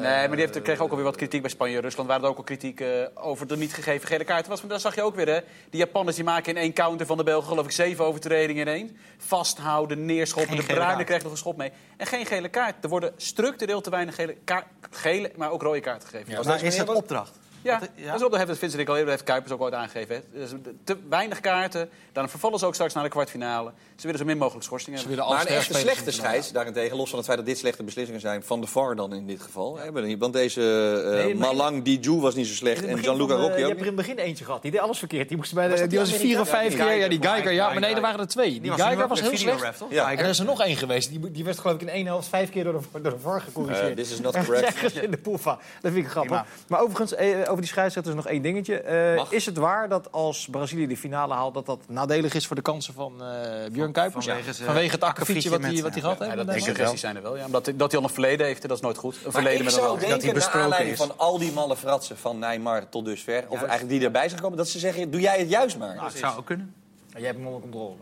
Speaker 3: Nee, maar die heeft, kreeg ook alweer wat kritiek bij Spanje en Rusland. Waar er ook al kritiek eh, over de niet gegeven gele kaart was. Maar daar zag je ook weer, hè. Die Japanners die maken in één counter van de Belgen, geloof ik, zeven overtredingen in één. Vasthouden, neerschoppen.
Speaker 2: Geen
Speaker 3: de
Speaker 2: gele
Speaker 3: Bruine
Speaker 2: kaart.
Speaker 3: krijgt nog een schop mee. En geen gele kaart. Er worden structureel te weinig gele, kaart, gele maar ook rode kaarten gegeven. Ja,
Speaker 4: Maar is dat opdracht?
Speaker 3: ja,
Speaker 4: dat- eh, ja.
Speaker 3: dat is op de heft. Dat vindt ik al eerder. Dat heeft Kuipers ook ooit aangegeven. hè. Dus te weinig kaarten. Dan vervallen ze ook straks naar de kwartfinale. Ze willen zo min mogelijk schorsingen
Speaker 2: Ze
Speaker 3: hebben.
Speaker 2: willen alle
Speaker 1: Maar een echte
Speaker 2: sterspelers
Speaker 1: slechte
Speaker 2: moeten
Speaker 1: scheids, daarentegen, los van het feit dat dit slechte beslissingen zijn, van de VAR dan in dit geval. Hebben we niet, want deze eh,
Speaker 2: Nee, maar-
Speaker 1: Malang Diju was niet zo slecht
Speaker 2: In het
Speaker 1: en
Speaker 2: begin
Speaker 1: Gianluca
Speaker 2: van de-
Speaker 1: Rocchi
Speaker 2: Je
Speaker 1: ook
Speaker 2: hebt er
Speaker 1: niet.
Speaker 2: in het begin eentje gehad. Die deed alles verkeerd. Die moest bij de.
Speaker 1: dat
Speaker 2: die
Speaker 1: die
Speaker 2: was vier of
Speaker 1: Amerikaan? Ja,
Speaker 2: vijf
Speaker 1: die
Speaker 2: keer. Ja, die
Speaker 4: Geiger.
Speaker 2: Geiger. Ja, maar nee,
Speaker 4: Geiger.
Speaker 2: er waren er twee. Die Geiger was heel slecht.
Speaker 4: toch?
Speaker 1: Ja.
Speaker 2: Er is er nog één geweest. Die, die werd geloof ik in één helft vijf keer door de, door de VAR gecorrigeerd.
Speaker 1: Eh, this is not
Speaker 2: Ergens-
Speaker 1: correct.
Speaker 2: Ergens in de poefa. Dat vind ik grappig.
Speaker 4: Prima.
Speaker 2: Maar overigens, eh, over die scheidsrechters nog één dingetje. Eh,
Speaker 1: Mag.
Speaker 2: is het waar dat als Brazilië de finale haalt... dat dat nadelig is voor de kansen van eh Björn Kuipers?
Speaker 4: vanwege zijn
Speaker 2: Vanwege het akkefietje wat hij
Speaker 4: akkefietje
Speaker 2: wat hij
Speaker 4: met-
Speaker 2: gehad
Speaker 4: ja,
Speaker 2: heeft?
Speaker 3: Ja, dat
Speaker 2: met
Speaker 3: denk
Speaker 2: hem?
Speaker 3: ik suggesties zijn er wel. Ja. Omdat, dat hij al een verleden heeft, dat is nooit goed. Een
Speaker 1: Maar
Speaker 3: verleden
Speaker 1: ik
Speaker 3: met een
Speaker 1: zou
Speaker 3: hoofd.
Speaker 4: dat die
Speaker 1: denken, naar
Speaker 4: besproken
Speaker 1: aanleiding
Speaker 4: is.
Speaker 1: van al die malle fratsen van Neymar tot dusver... of eigenlijk die erbij zijn gekomen, dat ze zeggen, doe jij het juist maar.
Speaker 4: Dat zou ook kunnen.
Speaker 2: Jij hebt hem onder controle.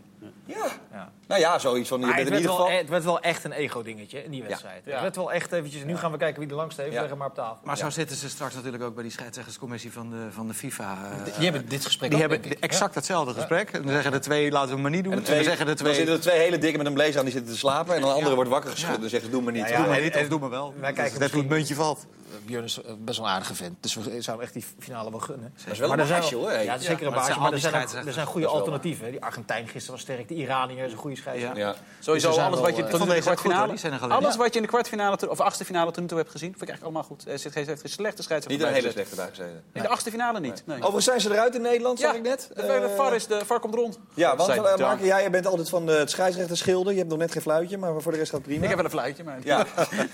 Speaker 1: ja.
Speaker 2: Ja.
Speaker 1: Nou ja, zoiets van, je
Speaker 2: Maar
Speaker 1: bent
Speaker 2: het,
Speaker 1: in
Speaker 2: werd
Speaker 1: ieder
Speaker 2: wel,
Speaker 1: geval...
Speaker 2: eh, het werd wel echt een ego-dingetje in die wedstrijd.
Speaker 3: Ja.
Speaker 2: Het werd wel echt eventjes... Nu gaan we kijken wie de langste heeft.
Speaker 1: Ja.
Speaker 2: Leg hem maar op tafel.
Speaker 4: Maar zo zitten ze straks natuurlijk ook bij die scheidsrechterscommissie van de, van de FIFA. eh,
Speaker 2: Die hebben dit gesprek
Speaker 4: die
Speaker 2: ook,
Speaker 4: hebben
Speaker 2: denk ik.
Speaker 4: exact hetzelfde gesprek. En dan zeggen de twee, laten we maar niet doen. En,
Speaker 1: en twee,
Speaker 4: dan zeggen de
Speaker 1: dan
Speaker 4: twee,
Speaker 1: zitten er twee hele dikke met een blazer aan, die zitten te slapen... en een andere wordt wakker geschud en zegt, doe maar niet.
Speaker 2: Ja, ja.
Speaker 1: Doe maar
Speaker 4: nee, dit of doe maar wel.
Speaker 2: Wij
Speaker 4: Dat
Speaker 2: kijken
Speaker 4: is net hoe het muntje valt.
Speaker 2: Eh, Björn is eh, best wel een aardige vent. Dus we zouden hem echt die finale wel gunnen.
Speaker 1: is wel een
Speaker 2: er zijn
Speaker 1: baasje, hoor, hè?
Speaker 2: Ja, het is zeker een
Speaker 4: Ja, maar het
Speaker 2: baasje.
Speaker 4: zijn
Speaker 2: Maar
Speaker 4: al
Speaker 2: er
Speaker 4: die
Speaker 2: zijn, ook-
Speaker 4: scheidsrechters.
Speaker 2: er zijn goede
Speaker 1: Dat is wel
Speaker 2: alternatieven. hè. Die Argentijn gisteren was sterk. De Iraniër is een goede scheidsrechter.
Speaker 1: Ja.
Speaker 3: Sowieso
Speaker 2: Dus er zijn
Speaker 3: alles
Speaker 2: wel,
Speaker 3: wat je
Speaker 2: eh,
Speaker 3: tot in
Speaker 4: Van
Speaker 3: de
Speaker 4: deze zijn goed, hoor.
Speaker 3: kwartfinale,
Speaker 4: Die zijn er gelukkig.
Speaker 3: alles
Speaker 4: Ja.
Speaker 3: wat je in de kwartfinale tot- of achtste finale tot nu toe hebt gezien, vind ik eigenlijk allemaal goed. Er zit geen heeft geen slechte
Speaker 1: Niet
Speaker 3: scheidsrechter.
Speaker 1: een
Speaker 3: bij
Speaker 1: hele
Speaker 3: gezet.
Speaker 1: slechte dag gezeten.
Speaker 3: In de achtste finale niet. Nee.
Speaker 1: Overigens zijn ze eruit in Nederland,
Speaker 3: ja,
Speaker 1: zag ik net.
Speaker 3: de, de
Speaker 1: Eh,
Speaker 3: VAR is de VAR komt rond.
Speaker 1: Ja, want
Speaker 3: Zijn
Speaker 1: eh,
Speaker 3: dank.
Speaker 1: Mark, jij bent altijd van de het scheidsrechterschilder. Je hebt nog net geen fluitje, maar voor de rest gaat het prima.
Speaker 3: Ik heb wel een fluitje, maar
Speaker 1: Ja.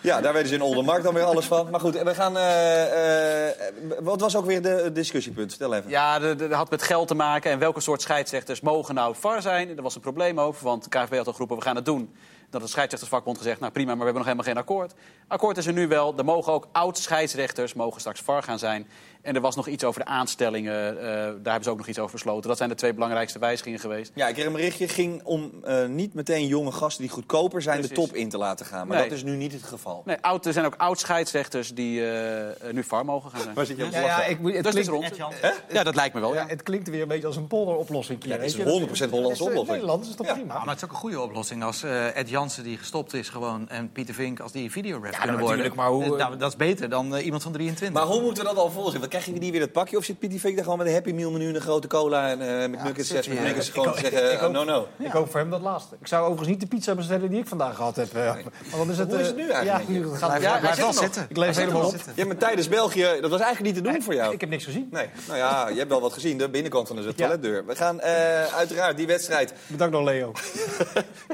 Speaker 1: ja, daar weten ze in Oldenmark dan weer alles van. Maar goed, we gaan... eh, eh, wat was ook weer de discussiepunt? Vertel even.
Speaker 3: Ja, dat dat had met geld te maken. En welke soort scheidsrechters mogen nou VAR zijn? Er was een probleem over, want de KVB had al geroepen, we gaan het doen. Dat had de scheidsrechtersvakbond gezegd, nou prima, maar we hebben nog helemaal geen akkoord. Akkoord is er nu wel. Er mogen ook oud-scheidsrechters mogen straks VAR gaan zijn. En er was nog iets over de aanstellingen. eh, daar hebben ze ook nog iets over besloten. Dat zijn de twee belangrijkste wijzigingen geweest.
Speaker 1: Ja, ik kreeg een berichtje. ging om eh, niet meteen jonge gasten die goedkoper zijn de
Speaker 3: Precies.
Speaker 1: top in te laten gaan. Maar
Speaker 3: Nee.
Speaker 1: dat is nu niet het geval.
Speaker 3: Nee, oud, er zijn ook oud-scheidsrechters die eh, eh, nu VAR mogen gaan zijn.
Speaker 1: Waar zit je op te
Speaker 2: Ja, ja,
Speaker 1: lachen?
Speaker 2: ik, moet- het,
Speaker 3: Dus het is
Speaker 2: klinkt,
Speaker 3: rond. Ja, dat lijkt me wel,
Speaker 2: ja,
Speaker 3: ja.
Speaker 2: het klinkt weer een beetje als een polderoplossing.
Speaker 1: Ja,
Speaker 2: oplossing
Speaker 1: het is 100% Hollandse oplossing.
Speaker 2: Nederlands is toch
Speaker 1: Ja.
Speaker 2: prima?
Speaker 4: Maar het is ook een goede oplossing als eh, Ed Jansen die gestopt is gewoon... en Pieter Vink als die videoref kunnen worden.
Speaker 2: natuurlijk, maar hoe-
Speaker 4: Eh, nou, dat is beter dan eh, iemand van 23.
Speaker 1: Maar hoe moeten we dat al volgen? Wat krijgen die weer het pakje? Of zit Pieter Vink daar gewoon met een Happy Meal menu en een grote cola... en eh, met nuggets, zes met nuggets gewoon te zeggen, eh, no, no.
Speaker 2: Ik hoop voor hem dat laatste. Ik zou overigens niet de pizza bestellen die ik vandaag gehad heb. eh, Want dan is het,
Speaker 1: Hoe is
Speaker 2: eh,
Speaker 1: het nu eigenlijk?
Speaker 2: Ja, nu gaat
Speaker 4: Blijf-
Speaker 2: ja,
Speaker 4: blijf
Speaker 2: hij zit er
Speaker 4: wel
Speaker 2: nog.
Speaker 4: zitten.
Speaker 2: Ik leef
Speaker 4: Hij zit er
Speaker 2: helemaal
Speaker 4: nog.
Speaker 2: op.
Speaker 1: Ja, maar tijdens België, dat was eigenlijk niet te doen voor jou.
Speaker 2: Ik heb niks gezien.
Speaker 1: Nee, nou ja, je hebt wel wat gezien, de binnenkant van de toiletdeur. We gaan eh, uiteraard die wedstrijd.
Speaker 2: Bedankt nog, Leo.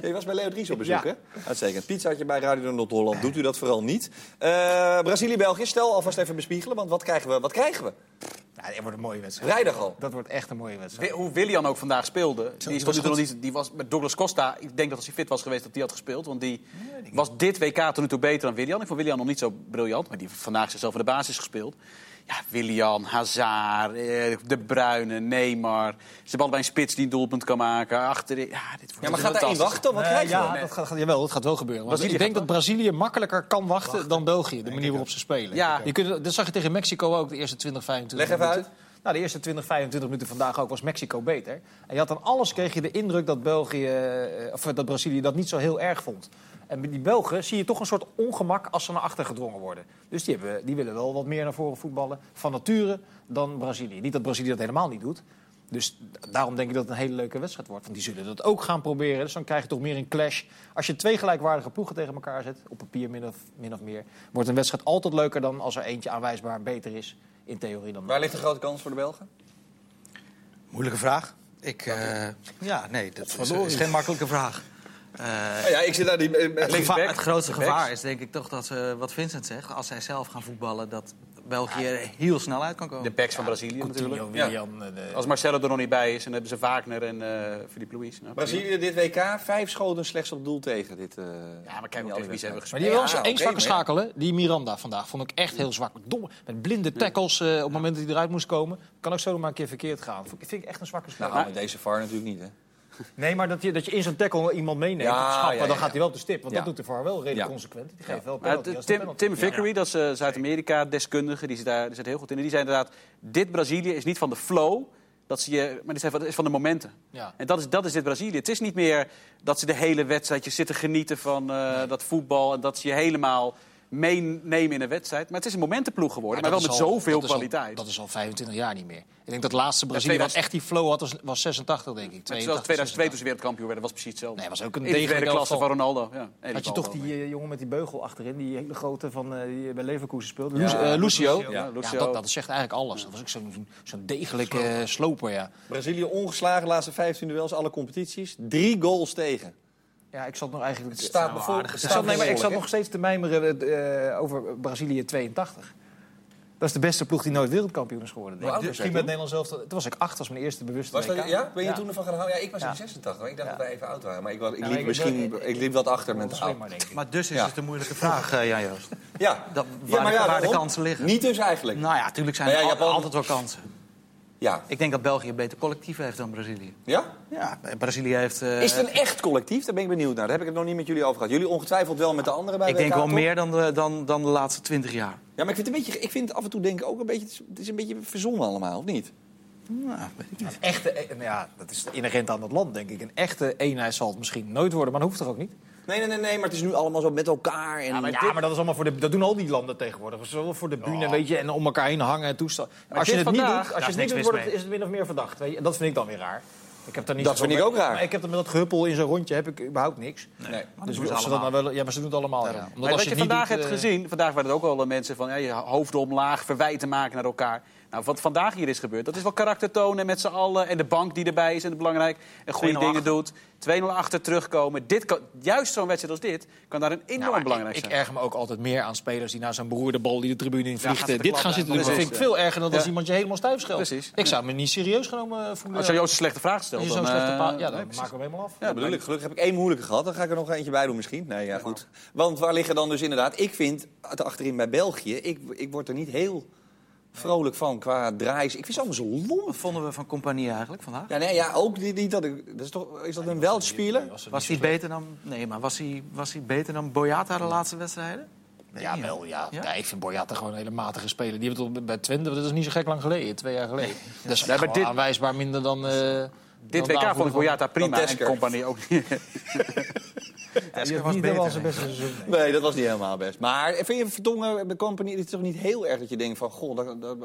Speaker 1: Je was bij Leo Dries op bezoek,
Speaker 2: Ja.
Speaker 1: hè? Uitstekend. Pizzaatje bij Radio Noord-Holland, doet u dat vooral niet. Eh, Brazilië-België, stel alvast even bespiegelen, want wat krijgen we? Wat krijgen we?
Speaker 2: Ja, Nou, dit wordt een mooie wedstrijd.
Speaker 1: Vrijdag al.
Speaker 2: Dat wordt echt een mooie wedstrijd.
Speaker 3: Wi- Hoe Willian ook vandaag speelde, die, is tot nu toe nog niet, die was met Douglas Costa. Ik denk dat als hij fit was geweest, dat die had gespeeld. Want die was dit WK tot nu toe beter dan Willian. Ik vond Willian nog niet zo briljant, maar die heeft vandaag zichzelf in de basis gespeeld. Ja, Willian, Hazard, eh, De Bruyne, Neymar. Ze hebben allebei een spits die een doelpunt kan maken. Achterin. Ja, dit wordt
Speaker 1: Ja, maar gaat daar één
Speaker 3: fantastisch.
Speaker 1: wachten? Wat
Speaker 2: Eh,
Speaker 1: krijgen
Speaker 2: ja,
Speaker 1: we?
Speaker 2: dat gaat, jawel, dat gaat wel gebeuren. Want
Speaker 3: Brazilië
Speaker 2: ik denk
Speaker 3: gaat
Speaker 2: dat Brazilië makkelijker kan wachten, dan België. De manier waarop ze spelen.
Speaker 3: Ja.
Speaker 2: Je kunt, dat zag je tegen Mexico ook, de eerste 20, 25
Speaker 1: Leg even
Speaker 2: minuten. Nou, de eerste 20, 25 minuten vandaag ook was Mexico beter. En je had aan alles kreeg je de indruk dat, België, eh, of dat Brazilië dat niet zo heel erg vond. En bij die Belgen zie je toch een soort ongemak als ze naar achter gedwongen worden. Dus die, hebben, die willen wel wat meer naar voren voetballen van nature dan Brazilië. Niet dat Brazilië dat helemaal niet doet. Dus d- daarom denk ik dat het een hele leuke wedstrijd wordt. Want die zullen dat ook gaan proberen. Dus dan krijg je toch meer een clash. Als je twee gelijkwaardige ploegen tegen elkaar zet, op papier min of, min of meer, wordt een wedstrijd altijd leuker dan als er eentje aanwijsbaar beter is. In theorie dan.
Speaker 1: Waar ligt de grote kans voor de Belgen?
Speaker 4: Moeilijke vraag. Ik, eh, ja, nee, dat is,
Speaker 5: verloren.
Speaker 4: is geen makkelijke vraag. Eh,
Speaker 1: Nou ja, ik zit daar die...
Speaker 4: het,
Speaker 1: eh,
Speaker 4: gevaar-
Speaker 3: back,
Speaker 4: het grootste
Speaker 3: linksback.
Speaker 4: gevaar is denk ik toch dat ze, wat Vincent zegt, als zij zelf gaan voetballen, dat België er heel snel uit kan komen.
Speaker 3: De backs van Brazilië natuurlijk.
Speaker 2: Coutinho, Willian, eh, de-
Speaker 3: Als Marcelo er nog niet bij is, dan hebben ze Wagner en eh Philippe Luis. Nou,
Speaker 1: Brazilië dit WK, vijf schoten slechts op doel tegen. Dit, eh,
Speaker 3: Ja, maar kijk ook
Speaker 1: alle
Speaker 3: tegen wie ze hebben
Speaker 1: wedstrijden.
Speaker 2: Maar die was
Speaker 1: Ja,
Speaker 2: één
Speaker 1: oké,
Speaker 2: zwakke
Speaker 1: maar ja.
Speaker 2: schakel, hè? Die Miranda vandaag vond ik echt heel zwak. Domme, met blinde tackles eh, op het moment dat hij eruit moest komen. Kan ook zomaar een keer verkeerd gaan. Vond ik- vind ik echt een zwakke
Speaker 1: Nou,
Speaker 2: speler.
Speaker 1: met deze VAR natuurlijk niet, hè.
Speaker 2: nee, maar dat je, dat je in zo'n tackle wel iemand meeneemt.
Speaker 1: Ja,
Speaker 2: op schap, maar
Speaker 1: ja,
Speaker 2: dan
Speaker 1: ja,
Speaker 2: gaat
Speaker 1: ja.
Speaker 2: hij wel op de stip. Want
Speaker 1: Ja.
Speaker 2: dat doet de VAR wel redelijk
Speaker 1: Ja.
Speaker 2: consequent. Die geeft wel
Speaker 3: Maar
Speaker 2: penalty. als
Speaker 3: het-
Speaker 2: de
Speaker 3: Eh, Tim,
Speaker 2: penalty-
Speaker 3: Tim Vickery, dat is eh, Zuid-Amerika-deskundige, die zit daar die zit heel goed in. En die zei inderdaad, dit Brazilië is niet van de flow, dat ze je, maar die zei van- het is van de momenten.
Speaker 2: Ja.
Speaker 3: En dat is, dat is dit Brazilië. Het is niet meer dat ze de hele wedstrijd je zitten genieten van eh, dat voetbal... en dat ze je helemaal meenemen in een wedstrijd. Maar het is een momentenploeg geworden, maar,
Speaker 2: dat
Speaker 3: wel met
Speaker 2: is al-
Speaker 3: zoveel
Speaker 2: dat is al-
Speaker 3: kwaliteit.
Speaker 2: dat is al 25 jaar niet meer. Ik denk dat laatste Brazilië
Speaker 3: twee
Speaker 2: wat
Speaker 3: was-
Speaker 2: echt die flow had, was, was 86, denk ik.
Speaker 3: Net
Speaker 2: 82,
Speaker 3: zoals 2002
Speaker 2: 86.
Speaker 3: toen ze wereldkampioen werden, was precies hetzelfde.
Speaker 2: Nee, was ook een
Speaker 3: in de tweede
Speaker 2: degelijke
Speaker 3: klasse van
Speaker 2: elftal.
Speaker 3: Ronaldo. Ja, Nee, die
Speaker 2: Had je
Speaker 3: bal
Speaker 2: toch
Speaker 3: wel
Speaker 2: die
Speaker 3: mee.
Speaker 2: eh, jongen met die beugel achterin, die hele grote van, eh, die bij Leverkusen speelde? Lu- eh, Lucio.
Speaker 3: Ja,
Speaker 2: Ja,
Speaker 3: Lucio.
Speaker 2: dat, dat zegt eigenlijk alles. Dat was ook zo'n zo'n degelijke eh, sloper, ja.
Speaker 1: Brazilië ongeslagen, laatste 15 duels, alle competities. Drie goals tegen.
Speaker 2: Ja, ik zat nog eigenlijk...
Speaker 1: Het staat bijvoorbeeld...
Speaker 2: Ik zat, nee, maar ik zat nog steeds te mijmeren eh, over Brazilië 82. Dat is de beste ploeg die nooit wereldkampioen is geworden. Denk
Speaker 1: Hoe oud
Speaker 2: ik.
Speaker 1: was
Speaker 2: Misschien
Speaker 1: jij
Speaker 2: met Nederland zelf. Toen was ik acht, was mijn eerste bewuste
Speaker 1: Was
Speaker 2: WK.
Speaker 1: dat, ja? Ben je
Speaker 2: Ja.
Speaker 1: toen ervan gaan houden? Ja, ik was in
Speaker 2: Ja.
Speaker 1: 86, maar ik dacht
Speaker 2: Ja.
Speaker 1: dat wij even oud waren. Maar ik, was, ik
Speaker 2: Ja,
Speaker 1: liep
Speaker 2: ik-
Speaker 1: misschien ik liep wat achter
Speaker 2: Dat
Speaker 1: met
Speaker 2: was
Speaker 1: de oud.
Speaker 2: slimmer, denk ik.
Speaker 4: Maar dus is
Speaker 1: Ja.
Speaker 4: het een moeilijke vraag, eh, Jan Joost.
Speaker 1: Ja,
Speaker 4: Dat- waar
Speaker 1: ja, maar
Speaker 4: de-
Speaker 1: ja,
Speaker 4: waar de
Speaker 1: waarom?
Speaker 4: kansen liggen.
Speaker 1: Niet dus eigenlijk.
Speaker 4: Nou ja, natuurlijk zijn
Speaker 1: Maar
Speaker 4: er
Speaker 1: ja,
Speaker 4: al-
Speaker 1: Japan-
Speaker 4: altijd wel kansen.
Speaker 1: Ja.
Speaker 4: Ik denk dat België een beter collectief heeft dan Brazilië.
Speaker 1: ja?
Speaker 4: Ja, Brazilië heeft... eh,
Speaker 1: Is het een echt collectief? Daar ben ik benieuwd naar. Daar heb ik het nog niet met jullie over gehad. Jullie ongetwijfeld wel met de anderen bij
Speaker 4: ik
Speaker 1: WK,
Speaker 4: denk wel
Speaker 1: toch?
Speaker 4: meer dan de, dan, dan de laatste twintig jaar.
Speaker 1: Ja, maar ik vind, het een beetje, ik vind het af en toe denk ik ook een beetje... het is- Het is een beetje verzonnen allemaal, of niet?
Speaker 4: Nou, weet ik niet.
Speaker 2: Een echte, eh, nou ja, dat is inherent aan dat land, denk ik. Een echte eenheid zal het misschien nooit worden, maar dat hoeft toch ook niet?
Speaker 1: Nee, nee, nee, nee, maar het is nu allemaal zo met elkaar. En...
Speaker 2: Ja, maar, dat, is allemaal voor de, dat doen al die landen tegenwoordig. Dat is wel voor de bühne, weet je, en om elkaar heen hangen en toestanden. Als je
Speaker 3: dit
Speaker 2: het niet
Speaker 3: vandaag,
Speaker 2: doet, als je het
Speaker 5: daar
Speaker 2: niet
Speaker 5: is
Speaker 2: doet
Speaker 5: niks
Speaker 2: wordt
Speaker 5: mis
Speaker 2: het, is het min of meer verdacht. Weet je? En dat vind ik dan weer raar. Ik heb daar niet
Speaker 1: Dat
Speaker 2: zoveel
Speaker 1: vind ik
Speaker 2: mee-
Speaker 1: ook raar.
Speaker 2: Maar ik heb er met dat gehuppel in zo'n rondje heb ik überhaupt niks.
Speaker 1: Nee.
Speaker 2: Dus
Speaker 4: doen ze
Speaker 2: als ze dat nou wel, ja, maar ze doen het allemaal. Ja. Omdat
Speaker 3: Maar
Speaker 2: als
Speaker 3: wat
Speaker 2: je het
Speaker 3: je
Speaker 2: niet
Speaker 3: vandaag
Speaker 2: doet,
Speaker 3: hebt
Speaker 2: eh,
Speaker 3: gezien, vandaag waren het ook al mensen van ja, je hoofd omlaag, verwijten maken naar elkaar. Nou, wat vandaag hier is gebeurd, dat is wel karakter tonen met z'n allen. En de bank die erbij is en belangrijk en goede
Speaker 4: 2-0
Speaker 3: dingen
Speaker 4: achter.
Speaker 3: doet. 2-0 achter terugkomen. Dit kan, juist zo'n wedstrijd als dit kan daar een enorm
Speaker 2: Nou, maar
Speaker 3: belangrijk
Speaker 2: ik, ik
Speaker 3: zijn.
Speaker 2: erger me ook altijd meer aan spelers die na zo'n beroerde bal die de tribune in
Speaker 3: gaat
Speaker 2: vliegt.
Speaker 3: ze
Speaker 2: eh,
Speaker 3: de
Speaker 2: dit
Speaker 3: klap
Speaker 2: gaan
Speaker 3: uit.
Speaker 2: zitten doen. Dat
Speaker 3: Precies.
Speaker 2: vind ik veel erger dan als
Speaker 3: Ja.
Speaker 2: iemand je helemaal stijf scheldt.
Speaker 3: Precies.
Speaker 2: Ik zou me niet serieus genomen eh, voelen.
Speaker 3: Als je Joost een slechte vraag stelt,
Speaker 2: als je
Speaker 3: dan,
Speaker 2: zo'n slechte
Speaker 3: eh,
Speaker 2: paal... Ja, dan maken we hem helemaal af.
Speaker 1: Ja, bedoel ik. Gelukkig heb ik één moeilijke gehad. Dan ga ik er nog eentje bij doen misschien. Nee, ja, goed. Want waar liggen dan dus inderdaad... Ik vind, het achterin bij België, ik, ik word er niet heel vrolijk van qua draais. Ik vind ze allemaal zo lomp.
Speaker 4: Wat vonden we van Compagnie eigenlijk vandaag?
Speaker 1: Ja, nee, ja, ook niet, niet dat ik... Dat is, toch, is dat een weldspeler?
Speaker 4: Was hij beter dan... Nee, maar was hij, was hij beter dan Boyata de laatste wedstrijden?
Speaker 2: Ja, wel, ja.
Speaker 4: Ja?
Speaker 2: Nee, ik vind Boyata gewoon een hele matige speler. Die hebben toch bij Twente, dat is niet zo gek lang geleden, twee jaar geleden. Dat is echt
Speaker 3: maar
Speaker 2: wel
Speaker 3: dit-
Speaker 2: aanwijsbaar minder dan... eh, dan
Speaker 3: dit WK vond
Speaker 2: daarvoor
Speaker 3: ik Boyata prima
Speaker 1: Dan
Speaker 3: en
Speaker 1: Tesker.
Speaker 3: compagnie ook niet.
Speaker 4: Tesker was beter. denk ik.
Speaker 2: beste seizoen.
Speaker 1: Nee, dat was niet helemaal best. Maar vind je Verdongen, de company, het is toch niet heel erg dat je denkt van... Goh, dat, dat-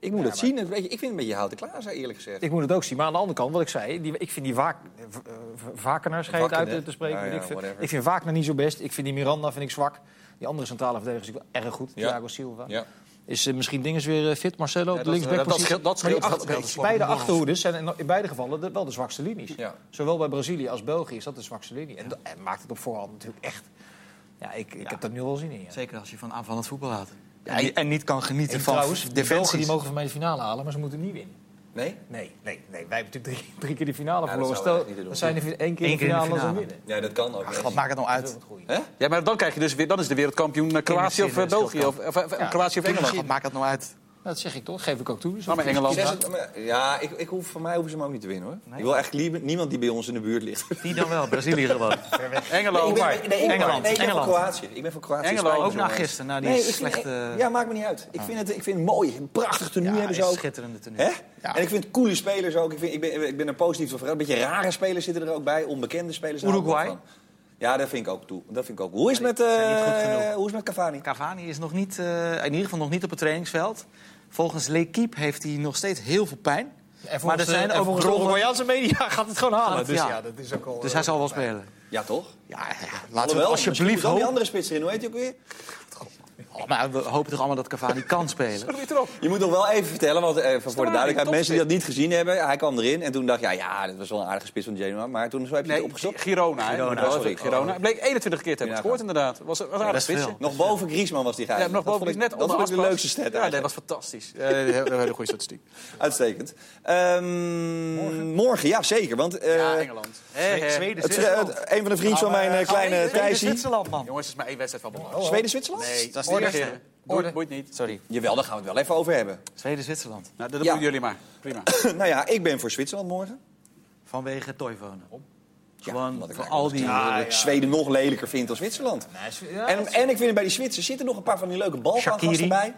Speaker 1: ik moet dat zien. Weet je, ik vind het een beetje houten klaar, eerlijk gezegd.
Speaker 2: Ik moet het ook zien. Maar aan de andere kant, wat ik zei, die, ik vind die Waak, eh, v- eh, v- Wakenaar schijnt
Speaker 1: Wakken,
Speaker 2: uit
Speaker 1: hè?
Speaker 2: te- te spreken.
Speaker 1: Ja,
Speaker 2: weet
Speaker 1: ja,
Speaker 2: ik, vind,
Speaker 1: whatever.
Speaker 2: ik vind Waakner niet zo best. Ik vind die Miranda vind ik zwak. Die andere centrale verdediger is ook erg goed,
Speaker 1: Ja.
Speaker 2: Thiago Silva.
Speaker 1: Ja.
Speaker 2: Is eh, misschien dinges weer eh, fit, Marcelo op
Speaker 3: Ja,
Speaker 2: de
Speaker 3: dat- dat- dat
Speaker 2: linksbackpositie.
Speaker 3: scheelt- dat
Speaker 2: Maar die
Speaker 3: scheelt
Speaker 2: achter-
Speaker 3: wel. Dat is
Speaker 2: Beide achterhoeders zijn in- in beide gevallen de- wel de zwakste linies.
Speaker 1: Ja.
Speaker 2: Zowel bij Brazilië als België is dat de zwakste linie. En, dat- en maakt het op voorhand natuurlijk echt... Ja, ik, ik heb dat nu wel zin in. Ja.
Speaker 4: Zeker als je van aanvallend voetbal houdt. En, niet- en niet kan genieten
Speaker 2: En
Speaker 4: van
Speaker 2: trouwens, de Belgen die
Speaker 4: defensies.
Speaker 2: mogen van mij de finale halen, maar ze moeten niet winnen.
Speaker 1: Nee?
Speaker 2: Nee, nee, nee. Wij hebben natuurlijk drie, drie keer de finale
Speaker 1: dat
Speaker 2: verloren.
Speaker 1: zouden we
Speaker 2: Stel,
Speaker 1: echt niet doen.
Speaker 2: we zijn er één keer
Speaker 4: Eén
Speaker 2: in de
Speaker 4: keer in de
Speaker 2: finale als we
Speaker 4: finale.
Speaker 2: winnen.
Speaker 1: Ja, dat kan ook.
Speaker 4: Ach, wat maakt het nou uit?
Speaker 1: Hè?
Speaker 3: Ja, maar dan krijg je dus weer, dan is de wereldkampioen eh, Kroatië of eh,
Speaker 4: Enigszins,
Speaker 3: België of, of, of- Kroatië of Engeland.
Speaker 4: Wat maakt het nou uit?
Speaker 2: Dat zeg ik toch, geef ik ook toe. Dus
Speaker 3: Nou, maar Engeland.
Speaker 1: Zes- maar- ja, ik, ik hoef, van mij hoeven ze hem ook niet te winnen hoor. Ik wil eigenlijk liever niemand die bij ons in de buurt ligt.
Speaker 4: Die dan wel, Brazilië gewoon.
Speaker 1: Ik
Speaker 3: Engeland.
Speaker 1: ben- nee, ik ben-
Speaker 4: Engeland,
Speaker 1: nee, ik ben voor
Speaker 4: Engeland.
Speaker 1: Kroatië. Ik ben voor Kroatië.
Speaker 3: Engeland,
Speaker 1: Spijt me
Speaker 4: ook
Speaker 1: zo,
Speaker 4: na
Speaker 1: jongens.
Speaker 4: gisteren, na die
Speaker 1: Nee, ik vind-
Speaker 4: slechte... Ah.
Speaker 1: ik- ja, maakt me niet uit. Ik vind het, ik vind het mooi. Een prachtig tenue
Speaker 4: Ja,
Speaker 1: hebben ze
Speaker 4: is
Speaker 1: ook.
Speaker 4: schitterende tenue.
Speaker 1: Hè?
Speaker 4: Ja.
Speaker 1: En ik vind coole spelers ook. Ik, vind, ik, ben, ik ben er positief over. Een beetje rare spelers zitten er ook bij. Onbekende spelers. daar hou ik wel
Speaker 4: Uruguay?
Speaker 1: van. Ja, daar vind ik ook toe. Dat vind ik ook. Hoe is het met,
Speaker 4: zijn niet goed
Speaker 1: eh
Speaker 4: genoeg.
Speaker 1: hoe is het met Cavani?
Speaker 4: Cavani is nog niet, eh, in ieder geval nog niet op het trainingsveld. Volgens L'Equipe heeft hij nog steeds heel veel pijn. maar er zijn ook
Speaker 2: volgens
Speaker 4: bronnen-
Speaker 2: de Royaanse media gaat het gewoon halen.
Speaker 4: het,
Speaker 2: Dus
Speaker 4: ja.
Speaker 2: ja, dat is ook al...
Speaker 4: Dus hij zal wel spelen.
Speaker 1: Ja, toch?
Speaker 4: Ja, ja, laten we
Speaker 1: Alhoewel,
Speaker 4: het alsjeblieft
Speaker 1: misschien moet dan die
Speaker 4: hopen.
Speaker 1: andere spits erin. Hoe heet hij ook weer?
Speaker 4: Oh, maar we hopen toch allemaal dat Cavani kan spelen?
Speaker 3: Doe het erop.
Speaker 1: Je moet nog wel even vertellen, want eh, voor de
Speaker 3: waar,
Speaker 1: duidelijkheid,
Speaker 3: die
Speaker 1: mensen die dat niet gezien hebben, hij kwam erin en toen dacht je, ja, ja, dit was wel een aardige spits van Genoa, maar toen zo heb je het
Speaker 3: Nee,
Speaker 1: opgezocht.
Speaker 3: Girona. hè.
Speaker 1: Girona,
Speaker 3: Girona,
Speaker 1: sorry.
Speaker 3: Girona. Hij bleek 21 keer te hebben
Speaker 1: Ja,
Speaker 3: gescoord, inderdaad. Was een was een aardig
Speaker 4: dat is
Speaker 3: spitsje.
Speaker 4: veel.
Speaker 1: Nog boven Griezmann was die
Speaker 3: Ja,
Speaker 1: gaaf.
Speaker 3: nog boven is net
Speaker 1: Dat
Speaker 3: onder
Speaker 1: vond ik de
Speaker 3: Aspas.
Speaker 1: leukste stat.
Speaker 3: Ja,
Speaker 1: eigenlijk.
Speaker 3: dat was fantastisch. Eh, Een hele hele goede statistiek.
Speaker 1: Uitstekend. Ehm, morgen? ja zeker. Want eh,
Speaker 3: Ja, Engeland. Hè, hè.
Speaker 2: Zweden,
Speaker 1: het, eh, het- een van de vrienden van mijn eh, kleine Thijsie.
Speaker 2: Zwitserland, man.
Speaker 3: Jongens, is maar één wedstrijd van belang.
Speaker 1: Zweden-Zwitserland?
Speaker 3: Nee, dat is
Speaker 4: is de
Speaker 3: niet
Speaker 4: eerste.
Speaker 3: regeren.
Speaker 4: Orde.
Speaker 3: Boeit, boeit niet.
Speaker 4: Sorry,
Speaker 1: Jawel, daar gaan we het wel even over hebben.
Speaker 4: Zweden-Zwitserland.
Speaker 3: Nou, dat
Speaker 1: Ja.
Speaker 3: doen jullie maar. Prima.
Speaker 1: nou ja, ik ben voor Zwitserland morgen.
Speaker 4: Vanwege Toivonen.
Speaker 1: Ja,
Speaker 4: Gewoon
Speaker 1: omdat ik
Speaker 4: voor
Speaker 1: eigenlijk
Speaker 4: al die...
Speaker 1: dat ik Zweden nog lelijker vind dan Zwitserland. en, en ik vind bij die Zwitsers zitten nog een paar van die leuke balkangasten
Speaker 4: Shaqiri.
Speaker 1: bij.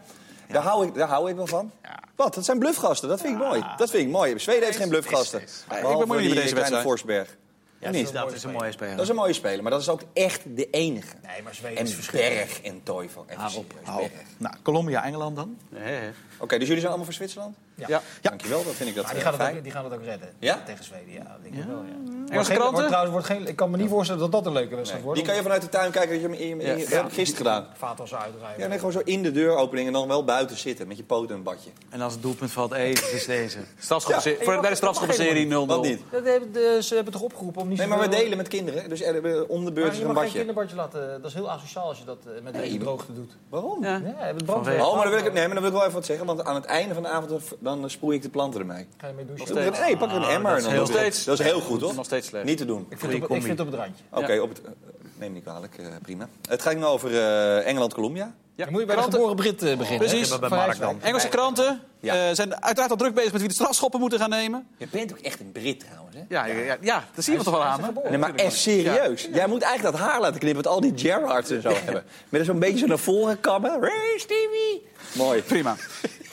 Speaker 1: Daar, hou ik, daar hou ik wel van. Wat? Dat zijn bluffgasten. Dat vind ik mooi. Dat vind ik mooi. Zweden heeft geen bluffgasten.
Speaker 3: moeilijk
Speaker 1: Behalve
Speaker 3: met
Speaker 1: die
Speaker 3: deze
Speaker 1: kleine
Speaker 3: wedstrijd.
Speaker 1: Forsberg.
Speaker 4: Ja,
Speaker 1: Niet.
Speaker 4: dat is een mooie speler.
Speaker 1: Dat is een mooie speler, maar dat is ook echt de enige.
Speaker 2: Nee, maar Zweden
Speaker 1: En
Speaker 2: is verschrikkelijk.
Speaker 1: Berg en Toivo. Even
Speaker 4: Hou op,
Speaker 1: serieus,
Speaker 4: hou op.
Speaker 1: Berg.
Speaker 4: Nou, Colombia, Engeland dan.
Speaker 3: Hè, hè.
Speaker 1: Oké, dus jullie zijn allemaal voor Zwitserland?
Speaker 3: Ja.
Speaker 1: Dankjewel, dat vind ik dat
Speaker 2: Maar die
Speaker 1: eh,
Speaker 2: gaan,
Speaker 1: fijn.
Speaker 2: het ook, die gaan het ook redden
Speaker 1: Ja?
Speaker 2: tegen Zweden. Ja, denk ik wel, ja. Wordt
Speaker 3: Engelse
Speaker 2: geen, wordt
Speaker 3: kranten?
Speaker 2: trouwens, wordt geen, ik kan me niet voorstellen dat dat een leuke wedstrijd
Speaker 1: Die
Speaker 2: wordt.
Speaker 1: kan je vanuit de tuin kijken. Dat, je hem in, in,
Speaker 3: Ja.
Speaker 1: dat heb ik gisteren gedaan.
Speaker 2: Vaat als uitdraaien.
Speaker 1: Ja, nee, gewoon zo in de deuropening en dan wel buiten zitten met je poten een badje.
Speaker 4: En als het doelpunt valt, eh, even is deze.
Speaker 3: Strafschoppense-
Speaker 2: Ja.
Speaker 3: voor- Bij de strafschoppenserie 0-0.
Speaker 1: Wat niet?
Speaker 2: Dat hebben, de- ze hebben toch opgeroepen om niet
Speaker 1: Nee, maar we
Speaker 2: zoveel-
Speaker 1: delen met kinderen. Dus er, eh, om de
Speaker 2: Maar
Speaker 1: beurt is
Speaker 2: je
Speaker 1: een
Speaker 2: mag geen
Speaker 1: badje.
Speaker 2: kinderbadje laten. Dat is heel asociaal als je dat eh, met deze
Speaker 1: Nee.
Speaker 2: droogte doet.
Speaker 1: Waarom?
Speaker 3: Ja.
Speaker 2: Ja, je hebt het brandweer.
Speaker 1: Oh, maar dan wil, ik, nee, maar dan wil ik wel even wat zeggen. Want aan het einde van de avond dan sproei ik de planten ermee.
Speaker 2: Ga je mee douchen?
Speaker 3: Nog steeds.
Speaker 1: Nee, pak er een emmer. en
Speaker 4: is
Speaker 1: dan
Speaker 4: heel
Speaker 1: doe je dat.
Speaker 3: steeds-
Speaker 1: dat is heel goed, hoor.
Speaker 3: Nog steeds slecht.
Speaker 1: Niet te doen.
Speaker 2: Ik vind, het op, ik
Speaker 4: Goeie
Speaker 2: vind het op het randje.
Speaker 1: Oké, op het... eh, Neem me niet kwalijk, eh, prima. Het gaat nu over eh, Engeland-Colombia.
Speaker 3: Ja.
Speaker 2: Dan moet je bij de
Speaker 3: Kranten-
Speaker 2: geboren Brit eh, beginnen.
Speaker 3: Precies.
Speaker 2: hè,
Speaker 4: Bij
Speaker 2: van
Speaker 4: Mark
Speaker 2: Rijswijk.
Speaker 3: Engelse kranten
Speaker 1: Ja.
Speaker 3: eh, zijn uiteraard al druk bezig met wie de strafschoppen moeten gaan nemen.
Speaker 1: Je bent ook echt een Brit, trouwens, hè?
Speaker 3: Ja, ja, ja, ja daar zien we toch wel aan. hè?
Speaker 1: Nee, maar echt serieus. Jij moet eigenlijk dat haar laten knippen wat al die Gerrards en zo hebben. Met zo'n beetje zo naar voren kammen. Hey, Stevie! Mooi.
Speaker 3: Prima.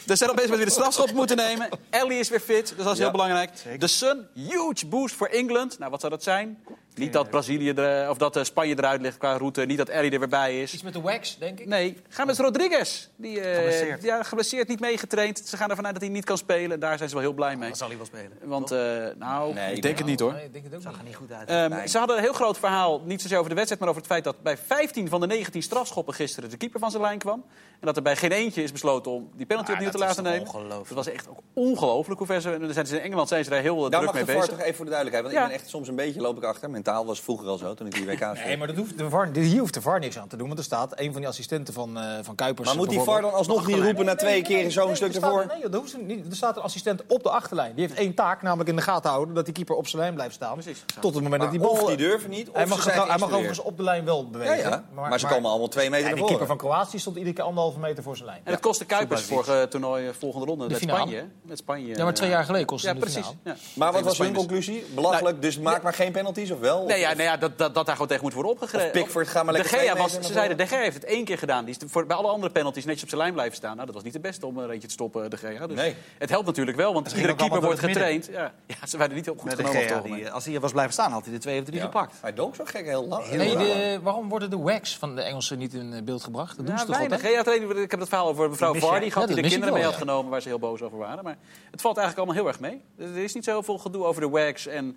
Speaker 3: Dus zijn al bezig met wie de strafschop moeten nemen. Ellie is weer fit, dus dat is
Speaker 1: Ja,
Speaker 3: heel belangrijk. De Sun, huge boost voor Engeland. Nou, wat zou dat zijn? Niet dat, Brazilië er, of dat eh, Spanje eruit ligt qua route. Niet dat Ellie er weer bij is.
Speaker 2: Iets met de wax, denk ik.
Speaker 3: Nee, gaan met Rodriguez. Die, eh,
Speaker 4: Geblesseerd.
Speaker 3: Ja, geblesseerd, niet meegetraind. Ze gaan ervan uit dat hij niet kan spelen. En daar zijn ze wel heel blij mee.
Speaker 4: Dan zal hij wel spelen.
Speaker 3: Want, eh, nou,
Speaker 1: Nee,
Speaker 3: ik denk het niet hoor.
Speaker 2: Nee, ik denk het ook
Speaker 4: Zag er
Speaker 2: niet.
Speaker 4: niet goed uit.
Speaker 3: Ehm, ze hadden een heel groot verhaal, niet zozeer over de wedstrijd, maar over het feit dat bij 15 van de 19 strafschoppen gisteren de keeper van zijn lijn kwam. En dat er bij geen eentje is besloten om die penalty
Speaker 4: Maar
Speaker 3: opnieuw te
Speaker 4: dat is
Speaker 3: laten
Speaker 4: toch
Speaker 3: nemen.
Speaker 4: ongelooflijk?
Speaker 3: Dat was echt ook ongelooflijk hoe ver ze. en dan zijn ze in Engeland zijn ze daar heel eh,
Speaker 1: Daar
Speaker 3: druk
Speaker 1: mag
Speaker 3: mee
Speaker 1: de VAR
Speaker 3: bezig.
Speaker 1: toch even voor de duidelijkheid. Want
Speaker 3: Ja.
Speaker 1: ik ben echt soms een beetje loop ik achter. Mentaal was vroeger al zo, toen ik die WK speelde.
Speaker 2: Nee, maar dat hoeft de VAR, hier hoeft de VAR niks aan te doen. Want er staat een van die assistenten van, eh, van Kuipers.
Speaker 1: maar moet die VAR
Speaker 2: bijvoorbeeld-
Speaker 1: dan alsnog niet roepen na twee keer zo'n
Speaker 2: nee,
Speaker 1: stuk
Speaker 2: er staat-
Speaker 1: ervoor?
Speaker 2: Nee, joh, dat hoeft ze niet. er staat een assistent op de achterlijn. Die heeft één taak, namelijk in de gaten houden dat die keeper op zijn lijn blijft staan.
Speaker 3: Precies.
Speaker 2: Tot het moment dat die
Speaker 1: Maar
Speaker 2: bal... eh,
Speaker 1: of die durven niet, of
Speaker 2: hij, mag
Speaker 1: ze zijn
Speaker 2: getrouw- hij mag
Speaker 1: geïnstrueerd.
Speaker 2: overigens op de lijn wel
Speaker 1: Ja,
Speaker 2: bewegen.
Speaker 1: ja. Maar, ze komen allemaal twee meter
Speaker 2: En
Speaker 1: naar
Speaker 2: die
Speaker 1: voren.
Speaker 2: keeper van Kroatië stond iedere keer anderhalve meter voor zijn lijn.
Speaker 3: En dat kostte Kuipers vorige toernooi, eh, volgende ronde, met
Speaker 2: finale.
Speaker 3: Spanje, hè? met Spanje.
Speaker 2: Ja, maar twee
Speaker 3: eh,
Speaker 2: jaar geleden kostte
Speaker 3: Ja,
Speaker 2: het de
Speaker 3: precies.
Speaker 2: finale.
Speaker 3: Ja.
Speaker 1: Maar wat was
Speaker 3: Spanje
Speaker 1: hun
Speaker 3: dus-
Speaker 1: conclusie?
Speaker 2: Nou,
Speaker 1: Belachelijk, dus maak maar geen penalties, of wel?
Speaker 3: Nee, ja, nee, ja, dat, dat, dat daar gewoon tegen moet worden opgegeven.
Speaker 1: Of Pickford, ga maar lekker
Speaker 3: De Gea
Speaker 1: twee
Speaker 3: was,
Speaker 1: meter
Speaker 3: ze
Speaker 1: naar
Speaker 3: zeiden, De Gea heeft het één keer gedaan. Die is voor, bij alle andere penalties netjes op zijn lijn blijven staan. Nou, dat was niet het beste om een reetje te stoppen, De Gea. Dus
Speaker 1: Nee.
Speaker 3: Het helpt natuurlijk wel, want
Speaker 4: ging
Speaker 3: iedere
Speaker 4: ook
Speaker 3: keeper
Speaker 4: allemaal
Speaker 3: wordt
Speaker 4: door het
Speaker 3: getraind. Ja. ja, ze werden niet heel goed
Speaker 4: Met de
Speaker 3: genomen.
Speaker 4: Gea,
Speaker 3: op het
Speaker 4: die,
Speaker 3: ogenblik.
Speaker 4: eh, als hij hier was blijven staan, had hij de twee of drie
Speaker 1: Ja.
Speaker 4: gepakt.
Speaker 1: Hij dook zo gek heel lang.
Speaker 2: Nee,
Speaker 1: Heel lang.
Speaker 2: de- waarom worden de wax van de Engelsen niet in eh, beeld gebracht? Dat doen ze
Speaker 3: Ja,
Speaker 2: toch
Speaker 3: weinig.
Speaker 2: altijd?
Speaker 3: Gea trainde- ik heb het verhaal over mevrouw
Speaker 4: Die mis je.
Speaker 3: Vardy gehad,
Speaker 2: Ja,
Speaker 3: die de
Speaker 2: dat mis ik
Speaker 3: kinderen mee
Speaker 2: wel,
Speaker 3: had
Speaker 2: ja.
Speaker 3: genomen, waar ze heel boos over waren. Maar het valt eigenlijk allemaal heel erg mee. Dus Er is niet zo heel veel gedoe over de wags en...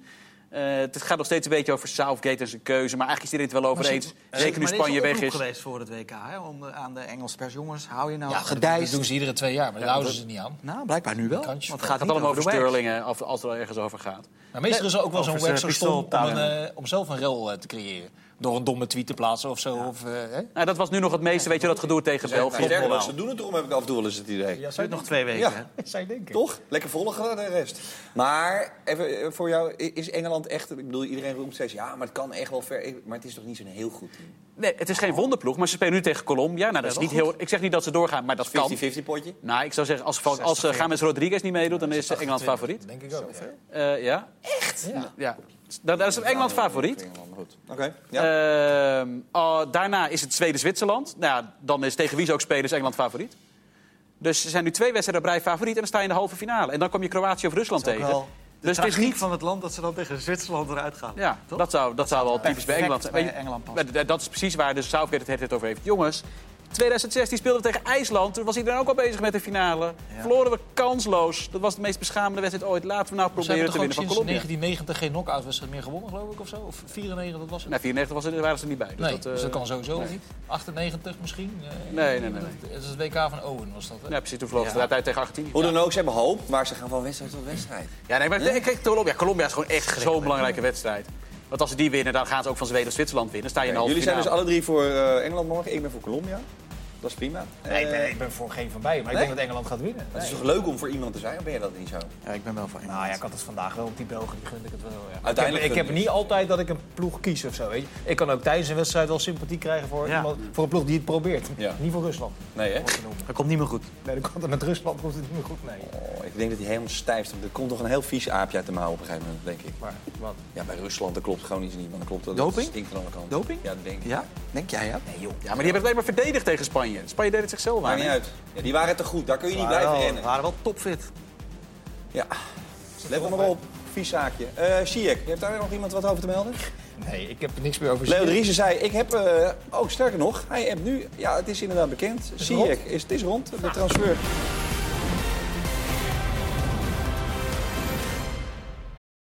Speaker 3: eh, het gaat nog steeds een beetje over Southgate en zijn keuze. Maar eigenlijk is iedereen het wel over
Speaker 2: Maar
Speaker 3: eens.
Speaker 4: Eh,
Speaker 3: Zeker nu
Speaker 4: maar er
Speaker 3: Spanje
Speaker 4: een
Speaker 3: weg
Speaker 4: oproep
Speaker 3: is.
Speaker 4: geweest voor het WK hè, om eh, aan de Engelse pers... Jongens, hou je nou...
Speaker 2: Ja, gedijst. Dat doen ze iedere twee jaar, maar daar houden ze het niet aan.
Speaker 4: Nou, blijkbaar nu wel.
Speaker 2: Kantje.
Speaker 4: Want
Speaker 2: Het
Speaker 3: Het gaat
Speaker 4: niet
Speaker 3: allemaal over,
Speaker 4: de Wales.
Speaker 3: Sterling, hè, of- als het er ergens over gaat.
Speaker 2: Maar meestal is er ook wel zo'n
Speaker 4: over zijn
Speaker 2: website stom om,
Speaker 4: pistooltuin.
Speaker 2: een, eh, om zelf een rel eh, te creëren. Door een domme tweet te plaatsen of zo. Of, eh, hè?
Speaker 3: Nou, dat was nu nog het meeste, weet je, dat gedoe tegen België.
Speaker 1: Sterker nog, ze doen het erom, heb ik af en toe wel eens het idee.
Speaker 4: Het duurt nog twee weken.
Speaker 1: Ja.
Speaker 4: hè.
Speaker 2: Zij denken.
Speaker 1: Toch? Lekker volgen de rest. Maar even eh, voor jou, i- is Engeland echt... Ik bedoel, iedereen roept steeds, ja, maar het kan echt wel ver. Ik- Maar het is toch niet zo'n heel goed team?
Speaker 3: Nee, het is geen wonderploeg, maar ze spelen nu tegen Colombia. Nou, dat is niet heel, ik zeg niet dat ze doorgaan, maar dat kan.
Speaker 1: 50-50 potje?
Speaker 3: Nou, ik zou zeggen, als, als, als eh, James Rodriguez niet meedoet, dan is eh, Engeland favoriet.
Speaker 2: Denk ik ook. ja.
Speaker 3: Eh, ja. Echt? Ja. Dan, dan is Engeland favoriet.
Speaker 1: Oké, ja.
Speaker 3: Ehm, oh, daarna is het Zweden-Zwitserland. Nou, ja, dan is tegen wie ze ook spelen, is Engeland favoriet. Dus ze zijn nu twee wedstrijden op rij favoriet en dan sta je in de halve finale. En dan kom je Kroatië of Rusland
Speaker 4: Ook
Speaker 3: tegen.
Speaker 4: wel de
Speaker 3: Dus het is
Speaker 4: tragiek
Speaker 3: niet
Speaker 4: van het land dat ze dan tegen Zwitserland eruit gaan.
Speaker 3: Ja,
Speaker 4: Toch?
Speaker 3: dat zou, dat zou wel typisch bij
Speaker 4: perfect
Speaker 3: Engeland zijn.
Speaker 4: bij
Speaker 3: Weet je,
Speaker 4: Engeland passen.
Speaker 3: dus maar d- Dat is precies waar de Southgate het heeft over heeft. Jongens, 2016 speelden we tegen IJsland. Toen was iedereen ook al bezig met de finale. Verloren we kansloos. Dat was de meest beschamende wedstrijd ooit. Laten we nou
Speaker 5: Ze
Speaker 3: proberen
Speaker 5: hebben
Speaker 3: te
Speaker 5: toch ook
Speaker 3: winnen
Speaker 5: sinds
Speaker 3: van Colombia.
Speaker 5: 1990 geen knock-out wedstrijd meer gewonnen, geloof ik, of zo? Of 94, dat was het?
Speaker 3: Nou, 94 was er, waren ze er niet bij. Dus
Speaker 5: nee,
Speaker 3: dat, eh,
Speaker 5: dus dat kan sowieso
Speaker 3: nee.
Speaker 5: niet. 98 misschien? eh,
Speaker 3: Nee, nee, nee, nee.
Speaker 5: Dat, dat is het WK van Owen, was dat, hè?
Speaker 3: Nee, precies. Toen vloog het uit tegen 18.
Speaker 1: Hoe dan ook, ze hebben hoop, maar ze gaan van wedstrijd tot wedstrijd.
Speaker 3: Ja, nee, maar ik kijk, Colombia, Colombia is gewoon echt zo'n belangrijke wedstrijd. Want als ze die winnen, dan gaan ze ook van Zweden of Zwitserland winnen. Dan Sta je in de
Speaker 1: Jullie
Speaker 3: halve
Speaker 1: zijn dus
Speaker 3: finale.
Speaker 1: alle drie voor eh, Engeland morgen. Ik ben voor Colombia. Dat is prima.
Speaker 2: Nee, ik
Speaker 1: Eh,
Speaker 2: ben, ik ben voor geen van beiden, maar ik
Speaker 1: Nee?
Speaker 2: denk dat Engeland gaat winnen.
Speaker 1: Het is toch leuk om voor iemand te zijn, of ben je dat niet zo?
Speaker 4: Ja, ik ben wel van
Speaker 2: Nou ja, ik had het vandaag wel op die Belgen, die gun ik het wel. Ja.
Speaker 1: Uiteindelijk
Speaker 2: ik heb, ik
Speaker 1: gun
Speaker 2: heb
Speaker 1: je
Speaker 2: niet altijd dat ik een ploeg kies of zo. Weet je. Ik kan ook tijdens een wedstrijd wel sympathie krijgen voor,
Speaker 4: Ja.
Speaker 2: iemand, voor een ploeg die het probeert.
Speaker 1: Ja.
Speaker 2: Niet voor Rusland.
Speaker 1: Nee, hè?
Speaker 2: wordt genoemd.
Speaker 4: Dat komt niet meer goed.
Speaker 2: Nee, dan komt het met Rusland komt het niet meer goed. Nee.
Speaker 1: Oh, ik denk dat hij helemaal stijft. Er komt toch een heel vies aapje uit de mouw op een gegeven moment, denk ik.
Speaker 2: Maar wat?
Speaker 1: Ja, bij Rusland, dat klopt gewoon iets niet. Want dat klopt dat
Speaker 4: Doping?
Speaker 1: Dat stinkt aan alle kanten.
Speaker 4: Doping?
Speaker 1: Ja, dat denk ik.
Speaker 4: Ja? Denk jij, ja?
Speaker 1: Nee, joh.
Speaker 3: Ja, maar die hebben het alleen maar verdedigd tegen Spanje. Spanje deed het zichzelf aan.
Speaker 1: Maakt niet
Speaker 3: hè?
Speaker 1: uit. Ja, die waren te goed, daar kun je niet
Speaker 4: Waren
Speaker 1: blijven
Speaker 4: wel-
Speaker 1: rennen.
Speaker 4: waren wel topfit.
Speaker 1: Ja. Let er maar op, vies zaakje. Eh Sijek, heeft daar nog iemand wat over te melden?
Speaker 2: Nee, ik heb er niks meer over
Speaker 1: Leo Driessen zei, ik heb... eh, oh, sterker nog, hij heeft nu... Ja, het is inderdaad bekend. Sijek, is, het is rond, de transfer.